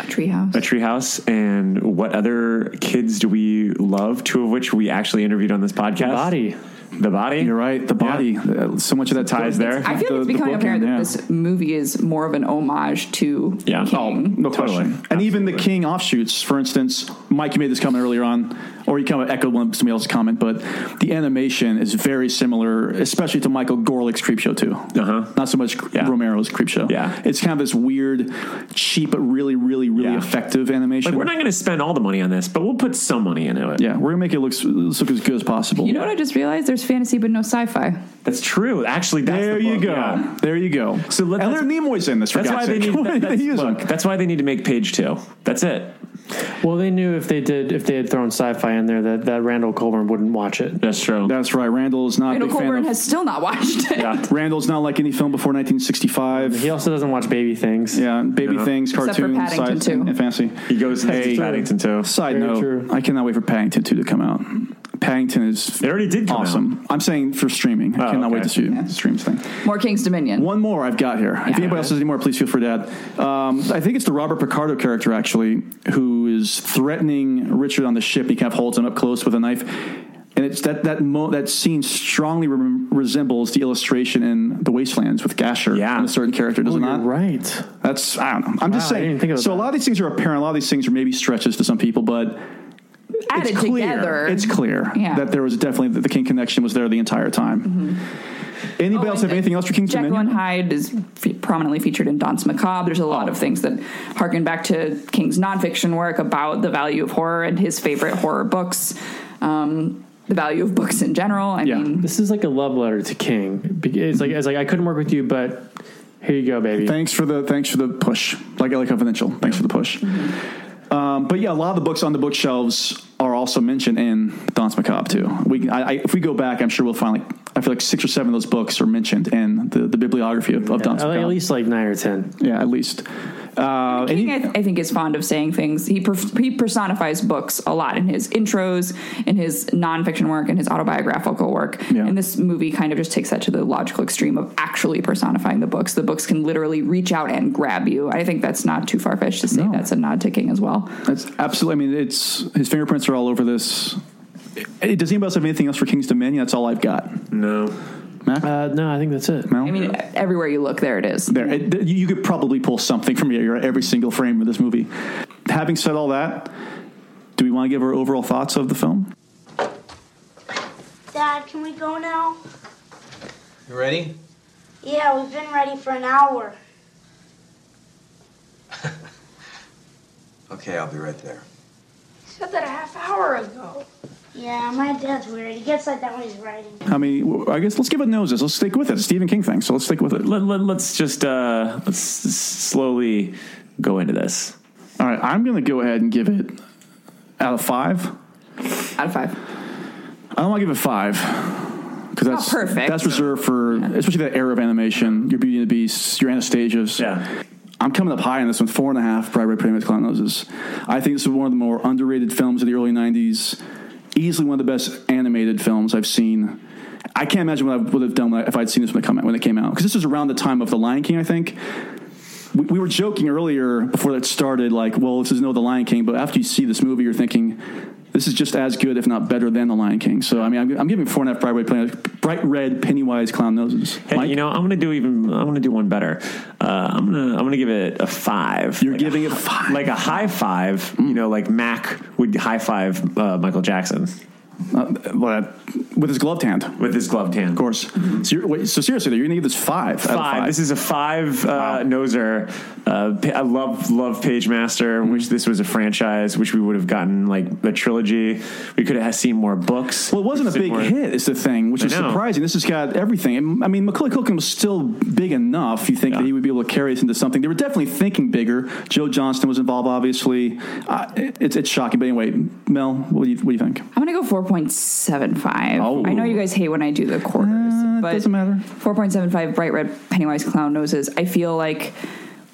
[SPEAKER 5] A treehouse.
[SPEAKER 4] A treehouse, and what other kids do we love? Two of which we actually interviewed on this podcast.
[SPEAKER 11] body.
[SPEAKER 4] The body.
[SPEAKER 3] You're right. The body. Uh, So much of that
[SPEAKER 4] Ties there.
[SPEAKER 5] I feel like it's
[SPEAKER 3] the
[SPEAKER 5] becoming
[SPEAKER 3] bookend,
[SPEAKER 5] apparent that
[SPEAKER 3] yeah.
[SPEAKER 5] this movie is more of an homage to
[SPEAKER 4] Yeah.
[SPEAKER 5] King.
[SPEAKER 3] Oh, No question. And even the King offshoots, for instance, Mike made this comment earlier on, or he kind of echoed one somebody else's comment, but the animation is very similar, especially to Michael Gorlick's Creepshow too.
[SPEAKER 4] Uh huh.
[SPEAKER 3] Not so much
[SPEAKER 4] Yeah.
[SPEAKER 3] Romero's Creepshow.
[SPEAKER 4] Yeah.
[SPEAKER 3] It's kind of this weird, cheap, but really, really, really
[SPEAKER 4] Yeah.
[SPEAKER 3] effective animation.
[SPEAKER 4] Like we're not going to spend all the money on this, but we'll put some money into it.
[SPEAKER 3] yeah, we're gonna make it look, s- let's look as good as possible.
[SPEAKER 5] You know what I just realized? There's fantasy but no sci-fi.
[SPEAKER 4] That's true. Actually, that's
[SPEAKER 3] there
[SPEAKER 4] the
[SPEAKER 3] you
[SPEAKER 4] book,
[SPEAKER 3] go.
[SPEAKER 4] yeah.
[SPEAKER 3] There you go.
[SPEAKER 4] So let-
[SPEAKER 3] Leonard Nimoy's in this. For
[SPEAKER 4] That's why
[SPEAKER 3] God's
[SPEAKER 4] they
[SPEAKER 3] sake.
[SPEAKER 4] need.
[SPEAKER 3] What
[SPEAKER 4] That,
[SPEAKER 3] do they
[SPEAKER 4] that's,
[SPEAKER 3] use him?
[SPEAKER 4] look, that's why they need to make page two. That's it.
[SPEAKER 11] Well, they knew if they did, if they had thrown sci-fi in there, that that Randall Colburn wouldn't watch it.
[SPEAKER 4] That's true.
[SPEAKER 3] That's right. Randall is not a
[SPEAKER 5] Randall
[SPEAKER 3] big fan
[SPEAKER 5] Colburn
[SPEAKER 3] of.
[SPEAKER 5] has still not watched it.
[SPEAKER 4] Yeah.
[SPEAKER 3] Randall's not like any film before 1965.
[SPEAKER 11] He also doesn't watch baby things.
[SPEAKER 3] Yeah, baby
[SPEAKER 4] Yeah.
[SPEAKER 3] things,
[SPEAKER 5] Except for
[SPEAKER 3] cartoons,
[SPEAKER 5] Paddington
[SPEAKER 3] sci-
[SPEAKER 5] two.
[SPEAKER 3] and fantasy.
[SPEAKER 4] He goes and
[SPEAKER 3] Hey.
[SPEAKER 4] sees Paddington too.
[SPEAKER 3] Side
[SPEAKER 11] Very
[SPEAKER 3] note:
[SPEAKER 11] true.
[SPEAKER 3] I cannot wait for Paddington Two to come out. Paddington is
[SPEAKER 4] It already did come
[SPEAKER 3] awesome. I'm saying for streaming. I
[SPEAKER 4] Oh,
[SPEAKER 3] cannot
[SPEAKER 4] okay.
[SPEAKER 3] wait to stream streams thing.
[SPEAKER 5] More King's Dominion.
[SPEAKER 3] One more I've got here. If anybody else has any more, please feel free to add. Um, I think it's the Robert Picardo character actually who is threatening Richard on the ship. He kind of holds him up close with a knife. And it's that that mo- that scene strongly rem resembles the illustration in The Wastelands with Gasher
[SPEAKER 4] Yeah.
[SPEAKER 3] and a certain character, does
[SPEAKER 11] Oh,
[SPEAKER 3] it
[SPEAKER 11] you're
[SPEAKER 3] not?
[SPEAKER 11] right.
[SPEAKER 3] That's I don't know. I'm just
[SPEAKER 11] Wow, I
[SPEAKER 3] saying.
[SPEAKER 11] didn't think of
[SPEAKER 3] so a
[SPEAKER 11] that.
[SPEAKER 3] lot of these things are apparent. A lot of these things are maybe stretches to some people, but
[SPEAKER 5] Added
[SPEAKER 3] it's clear.
[SPEAKER 5] together.
[SPEAKER 3] It's clear
[SPEAKER 5] Yeah. Mm-hmm.
[SPEAKER 3] that there was definitely that the King connection was there the entire time. Anybody
[SPEAKER 5] Oh,
[SPEAKER 3] else
[SPEAKER 5] and
[SPEAKER 3] have anything else for King's
[SPEAKER 5] Jekyll
[SPEAKER 3] Dominion?
[SPEAKER 5] and Hyde is fe- prominently featured in Dance Macabre. There's a lot
[SPEAKER 3] Oh.
[SPEAKER 5] of things that harken back to King's nonfiction work about the value of horror and his favorite horror books, um, the value of books in general. I
[SPEAKER 3] Yeah.
[SPEAKER 5] mean,
[SPEAKER 11] This is like a love letter to King. Be- It's like it's like I couldn't work with you, but here you go, baby.
[SPEAKER 3] Thanks for the thanks for the push. Like LA Confidential. Thanks for the push. Um, but yeah, a lot of the books on the bookshelves are also mentioned in Dance Macabre too. We can, I, I, if we go back, I'm sure we'll find like I feel like six or seven of those books are mentioned in the, the bibliography of, of Dance
[SPEAKER 11] Uh,
[SPEAKER 3] Macabre.
[SPEAKER 11] at least like nine or ten.
[SPEAKER 3] yeah, at least. Uh, and
[SPEAKER 5] King,
[SPEAKER 3] you-
[SPEAKER 5] I, th- I think, is fond of saying things. He, perf- he personifies books a lot in his intros, in his nonfiction work, in his autobiographical work.
[SPEAKER 3] Yeah.
[SPEAKER 5] And this movie kind of just takes that to the logical extreme of actually personifying the books. The books can literally reach out and grab you. I think that's not too far fetched to say that's a nod to King as well.
[SPEAKER 3] That's absolutely. I mean, it's his fingerprints are all over this. Eh, Does anybody else have anything else for King's Dominion? That's all I've got.
[SPEAKER 4] No.
[SPEAKER 11] Uh, no, I think that's it.
[SPEAKER 3] No,
[SPEAKER 5] I mean, everywhere you look, there it is.
[SPEAKER 3] there. Eh, th- you could probably pull something from here, every single frame of this movie. Having said all that, do we want to give our overall thoughts of the film?
[SPEAKER 10] Dad, can we go now?
[SPEAKER 2] You ready?
[SPEAKER 10] Yeah, we've been ready for an hour.
[SPEAKER 2] Okay, I'll be right there.
[SPEAKER 15] said that a half hour ago.
[SPEAKER 10] Yeah, my dad's weird. He gets like that when he's writing.
[SPEAKER 3] I mean, w- I guess let's give it noses. Let's stick with it. Stephen King thing. So let's stick with it.
[SPEAKER 4] Let, let, us just uh, let's s- slowly go into this.
[SPEAKER 3] All right, I'm going to go ahead and give it out of five.
[SPEAKER 5] Out of five.
[SPEAKER 3] I don't want to give it five because that's
[SPEAKER 5] perfect.
[SPEAKER 3] That's reserved for especially that era of animation. Your Beauty and the Beast, your Anastasia's.
[SPEAKER 4] Yeah.
[SPEAKER 3] I'm coming up high on this one, four and a half. Probably pretty much clown noses. I think this is one of the more underrated films of the early '90s. Easily one of the best animated films I've seen. I can't imagine what I would have done when I- if I'd seen this when it come out, when it came out because this was around the time of The Lion King, I think. We, we were joking earlier before that started, like, well, this is no The Lion King, but after you see this movie, you're thinking. This is just as good, if not better, than The Lion King. So, I mean, I'm, I'm giving four and a half bright, red, Penny- bright red Pennywise clown noses.
[SPEAKER 4] Hey,
[SPEAKER 3] Mike,
[SPEAKER 4] you know, I'm gonna do even. I'm gonna do one better. Uh, I'm gonna I'm gonna give it a five.
[SPEAKER 3] You're
[SPEAKER 4] Like
[SPEAKER 3] giving
[SPEAKER 4] a,
[SPEAKER 3] it five.
[SPEAKER 4] like a high five. You know, like Mac would high five uh, Michael Jackson.
[SPEAKER 3] Uh, well, that- With his gloved hand.
[SPEAKER 4] With his gloved hand.
[SPEAKER 3] Of course. So, you're, wait, so seriously, though, you're going to give this five, out of
[SPEAKER 4] five.
[SPEAKER 3] five.
[SPEAKER 4] This is a five uh, noser. Uh, pa- I love love Page Master.
[SPEAKER 11] Mm-hmm.
[SPEAKER 4] Wish this was a franchise. Wish we would have gotten like a trilogy. We could have seen more books.
[SPEAKER 3] Well, it wasn't a big hit, is the thing, which
[SPEAKER 4] I
[SPEAKER 3] is
[SPEAKER 4] know.
[SPEAKER 3] surprising. This has got everything. And, I mean, Macaulay Culkin was still big enough. You think that he would be able to carry this into something? They were definitely thinking bigger. Joe Johnston was involved, obviously. Uh, it- it's, it's shocking. But anyway, Mel, what do you, what do you think?
[SPEAKER 5] I'm gonna go 4.75.
[SPEAKER 3] Oh. Uh,
[SPEAKER 5] I know you guys hate when I do the quarters, but doesn't
[SPEAKER 3] matter.
[SPEAKER 5] 4.75 bright red Pennywise clown noses. I feel like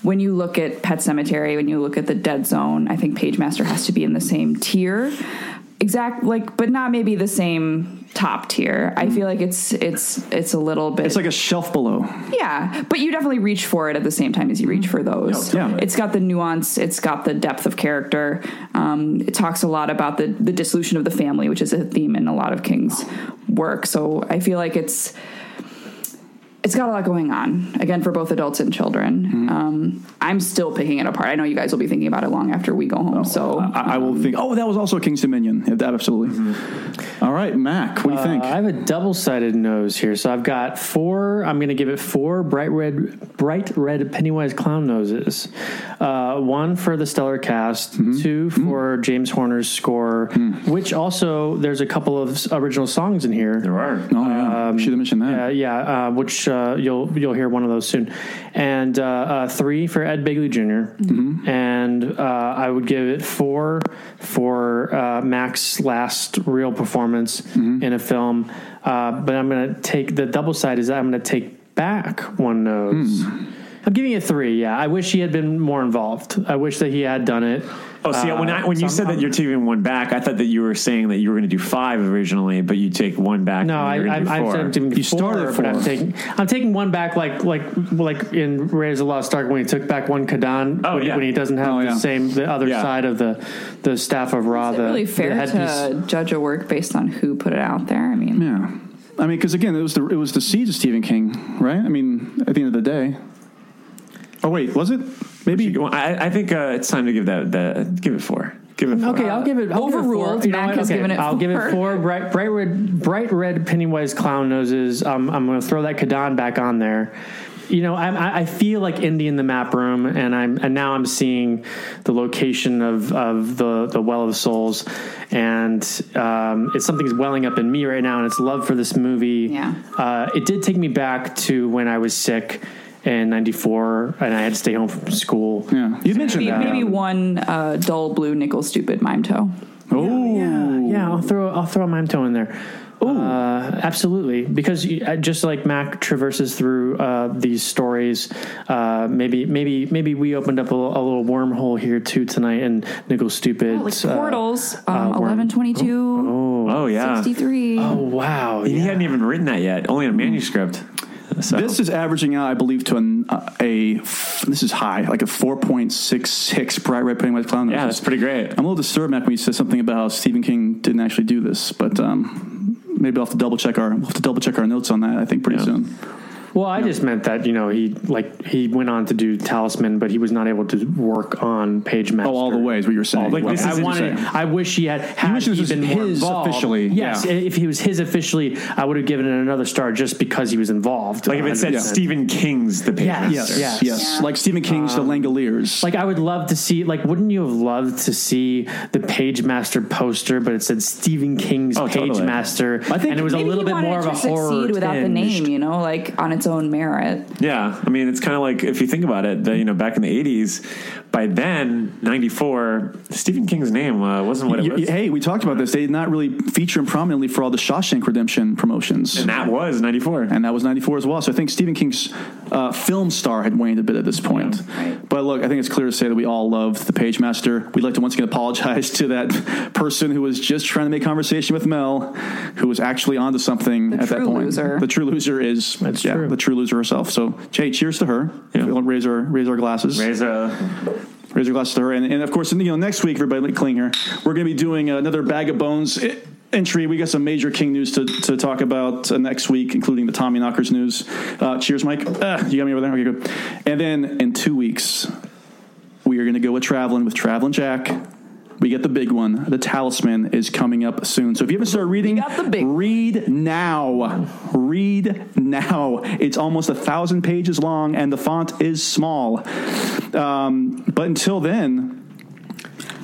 [SPEAKER 5] when you look at Pet Cemetery, when you look at the Dead Zone, I think Pagemaster has to be in the same tier, exact like, but not maybe the same top tier. I feel like it's it's it's a little bit.
[SPEAKER 3] It's like a shelf below.
[SPEAKER 5] Yeah, but you definitely reach for it at the same time as you reach for those.
[SPEAKER 3] Yeah, yeah.
[SPEAKER 5] It's got the nuance, it's got the depth of character. Um, it talks a lot about the, the dissolution of the family, which is a theme in a lot of King's work. So I feel like it's it's got a lot going on again for both adults and children. Um, I'm still picking it apart. I know you guys will be thinking about it long after we go home. so
[SPEAKER 3] I, I will think, oh, that was also King's Dominion. Yeah, that- absolutely. All right, Mac, what do you think?
[SPEAKER 11] Uh, I have a double-sided nose here, so I've got four. I'm going to give it four bright red, bright red Pennywise clown noses. Uh, one for the stellar cast, two for James Horner's score, which also there's a couple of s- original songs in here. There
[SPEAKER 4] are.
[SPEAKER 3] Oh yeah, should have mentioned that.
[SPEAKER 11] Uh, yeah, uh, which uh, you'll you'll hear one of those soon, and uh, uh, three for Ed Bigley junior and uh, I would give it four for uh, Mac's last real performance in a film. Uh, but I'm going to take the double side is that I'm going to take back one nose. I'm giving it three. Yeah, I wish he had been more involved. I wish that he had done it.
[SPEAKER 4] Oh, see, when I, when
[SPEAKER 11] uh,
[SPEAKER 4] you said that you're taking one back, I thought that you were saying that you were going to do five originally, but you take one back.
[SPEAKER 11] No, I,
[SPEAKER 4] and you're
[SPEAKER 11] I,
[SPEAKER 4] gonna do
[SPEAKER 11] I
[SPEAKER 4] four.
[SPEAKER 11] said I'm doing
[SPEAKER 3] You
[SPEAKER 11] four,
[SPEAKER 3] started
[SPEAKER 11] but I'm
[SPEAKER 3] four.
[SPEAKER 11] taking I'm taking one back, like like like in Raiders of the Lost Ark when he took back one Kadan
[SPEAKER 4] Oh,
[SPEAKER 11] when, he-
[SPEAKER 4] yeah.
[SPEAKER 11] when he doesn't have
[SPEAKER 3] Oh,
[SPEAKER 11] the
[SPEAKER 3] yeah.
[SPEAKER 11] same the other
[SPEAKER 4] Yeah.
[SPEAKER 11] side of the the staff of Ra.
[SPEAKER 5] Is it
[SPEAKER 11] the,
[SPEAKER 5] really
[SPEAKER 11] the
[SPEAKER 5] fair
[SPEAKER 11] headpiece.
[SPEAKER 5] to judge a work based on who put it out there? I mean,
[SPEAKER 3] Yeah. I mean, because again, it was the it was the siege of Stephen King, right? I mean, at the end of the day. Oh wait, was it? Maybe.
[SPEAKER 4] Well, I, I think uh, it's time to give that, that give it four. Give it four.
[SPEAKER 11] Mm, Okay, I'll give it I'll
[SPEAKER 5] uh, Overruled.
[SPEAKER 11] Give it four. You know
[SPEAKER 5] Mac
[SPEAKER 11] what?
[SPEAKER 5] has
[SPEAKER 11] Okay,
[SPEAKER 5] given it
[SPEAKER 11] I'll give it
[SPEAKER 5] four.
[SPEAKER 11] four bright, bright red, bright red Pennywise clown noses. Um, I'm going to throw that Kadan back on there. You know, I'm- I, I feel like Indy in the map room, and I'm and now I'm seeing the location of, of the the Well of Souls, and um, it's something's welling up in me right now, and it's love for this movie.
[SPEAKER 5] Yeah.
[SPEAKER 11] Uh, it did take me back to when I was sick in '94, and I had to stay home from school.
[SPEAKER 3] Yeah, you mentioned
[SPEAKER 5] maybe,
[SPEAKER 3] that.
[SPEAKER 5] maybe one uh, dull blue nickel stupid mime toe.
[SPEAKER 3] Oh
[SPEAKER 11] Yeah, I'll throw I'll throw a mime toe in there. Uh, absolutely, because you- uh, just like Mac traverses through uh, these stories, uh, maybe maybe maybe we opened up a, little- a little wormhole here too tonight. And Nickel Stupid
[SPEAKER 5] Like
[SPEAKER 11] uh,
[SPEAKER 5] portals, um,
[SPEAKER 11] uh, worm.
[SPEAKER 5] 1122.
[SPEAKER 4] Oh yeah,
[SPEAKER 5] 63.
[SPEAKER 11] Oh wow!
[SPEAKER 4] he
[SPEAKER 11] yeah.
[SPEAKER 4] hadn't even written that yet. Only
[SPEAKER 11] Mm.
[SPEAKER 4] in a manuscript. So
[SPEAKER 3] This is averaging out, I believe, to an, uh, a f- this is high, like a four point six six bright red Pennywise clown.
[SPEAKER 4] yeah,
[SPEAKER 3] Noses.
[SPEAKER 4] that's pretty great.
[SPEAKER 3] I'm a little disturbed, Mac, when you said something about how Stephen King didn't actually do this, but um, maybe I'll have to double check our we'll have to double check our notes on that. I think pretty
[SPEAKER 4] Yeah.
[SPEAKER 3] soon.
[SPEAKER 11] Well, I just meant that you know he like he went on to do Talisman, but he was not able to work on Page Master.
[SPEAKER 3] Oh, all the way is what you're saying.
[SPEAKER 11] Like
[SPEAKER 3] Wow.
[SPEAKER 11] this
[SPEAKER 3] That's
[SPEAKER 11] I
[SPEAKER 3] what you're
[SPEAKER 11] wanted.
[SPEAKER 3] saying.
[SPEAKER 11] I wish he had. had
[SPEAKER 3] wish this
[SPEAKER 11] he
[SPEAKER 3] was
[SPEAKER 11] been more
[SPEAKER 3] his
[SPEAKER 11] involved.
[SPEAKER 3] officially,
[SPEAKER 11] Yes,
[SPEAKER 3] yeah.
[SPEAKER 11] if he was his officially, I would have given it another star just because he was involved.
[SPEAKER 4] Like if it said
[SPEAKER 11] 100%.
[SPEAKER 4] Stephen King's The Page
[SPEAKER 11] Yes.
[SPEAKER 4] Master.
[SPEAKER 3] Yes, yes,
[SPEAKER 11] Yes.
[SPEAKER 3] Like Stephen King's The Langoliers.
[SPEAKER 11] Like I would love to see. Like, wouldn't you have loved to see the Page Master poster, but it said Stephen King's
[SPEAKER 4] Oh,
[SPEAKER 11] Page
[SPEAKER 4] totally.
[SPEAKER 11] Master,
[SPEAKER 3] I think
[SPEAKER 11] and it was a
[SPEAKER 5] Maybe
[SPEAKER 11] little
[SPEAKER 5] he
[SPEAKER 11] bit
[SPEAKER 5] wanted
[SPEAKER 11] more
[SPEAKER 5] it
[SPEAKER 11] of
[SPEAKER 5] to
[SPEAKER 11] a horror
[SPEAKER 5] succeed without the name,
[SPEAKER 11] tinged.
[SPEAKER 5] you know, like on its own merit.
[SPEAKER 4] Yeah, I mean, it's kind of like if you think about it, the, you know, back in the '80s, by then '94, Stephen King's name uh, wasn't what it
[SPEAKER 3] Y-
[SPEAKER 4] was,
[SPEAKER 3] y- hey, we talked about this. They did not really feature him prominently for all the Shawshank Redemption promotions.
[SPEAKER 4] and that was '94.
[SPEAKER 3] and that was 94 as well. So I think Stephen King's uh, film star had waned a bit at this point. But look, I think it's clear to say that we all loved The Page Master. We'd like to once again apologize to that person who was just trying to make conversation with Mel, who was actually onto something
[SPEAKER 5] The
[SPEAKER 3] at that
[SPEAKER 5] true
[SPEAKER 3] point.
[SPEAKER 5] loser.
[SPEAKER 3] The true loser is
[SPEAKER 11] That's
[SPEAKER 3] yeah,
[SPEAKER 11] true.
[SPEAKER 3] the true loser herself. So, Jay, cheers to her.
[SPEAKER 4] Yeah.
[SPEAKER 3] We'll raise our raise our glasses.
[SPEAKER 4] Raise a
[SPEAKER 3] Raise your glasses to her. And, and of course, you know, next week, everybody cling here. We're going to be doing another Bag of Bones i- entry. We got some major King news to, to talk about uh, next week, including the Tommy Knockers news. Uh, cheers, Mike. Uh, you got me over there? Okay, good. And then in two weeks, we are going to go with Traveling with Traveling Jack. We get the big one. The Talisman is coming up soon. So if you haven't started reading, read now. Read now. It's almost a thousand pages long, and the font is small. Um, but until then,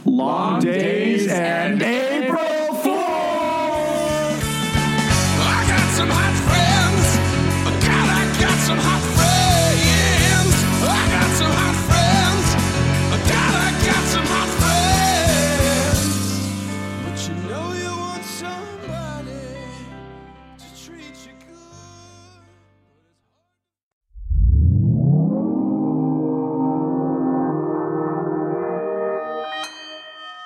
[SPEAKER 3] long, days and April Fools.
[SPEAKER 2] I got some hot friends. Oh, God, I got some hot friends. Oh, I got some hot friends. Oh, God, I got some hot friends. But you know you want somebody to treat you good.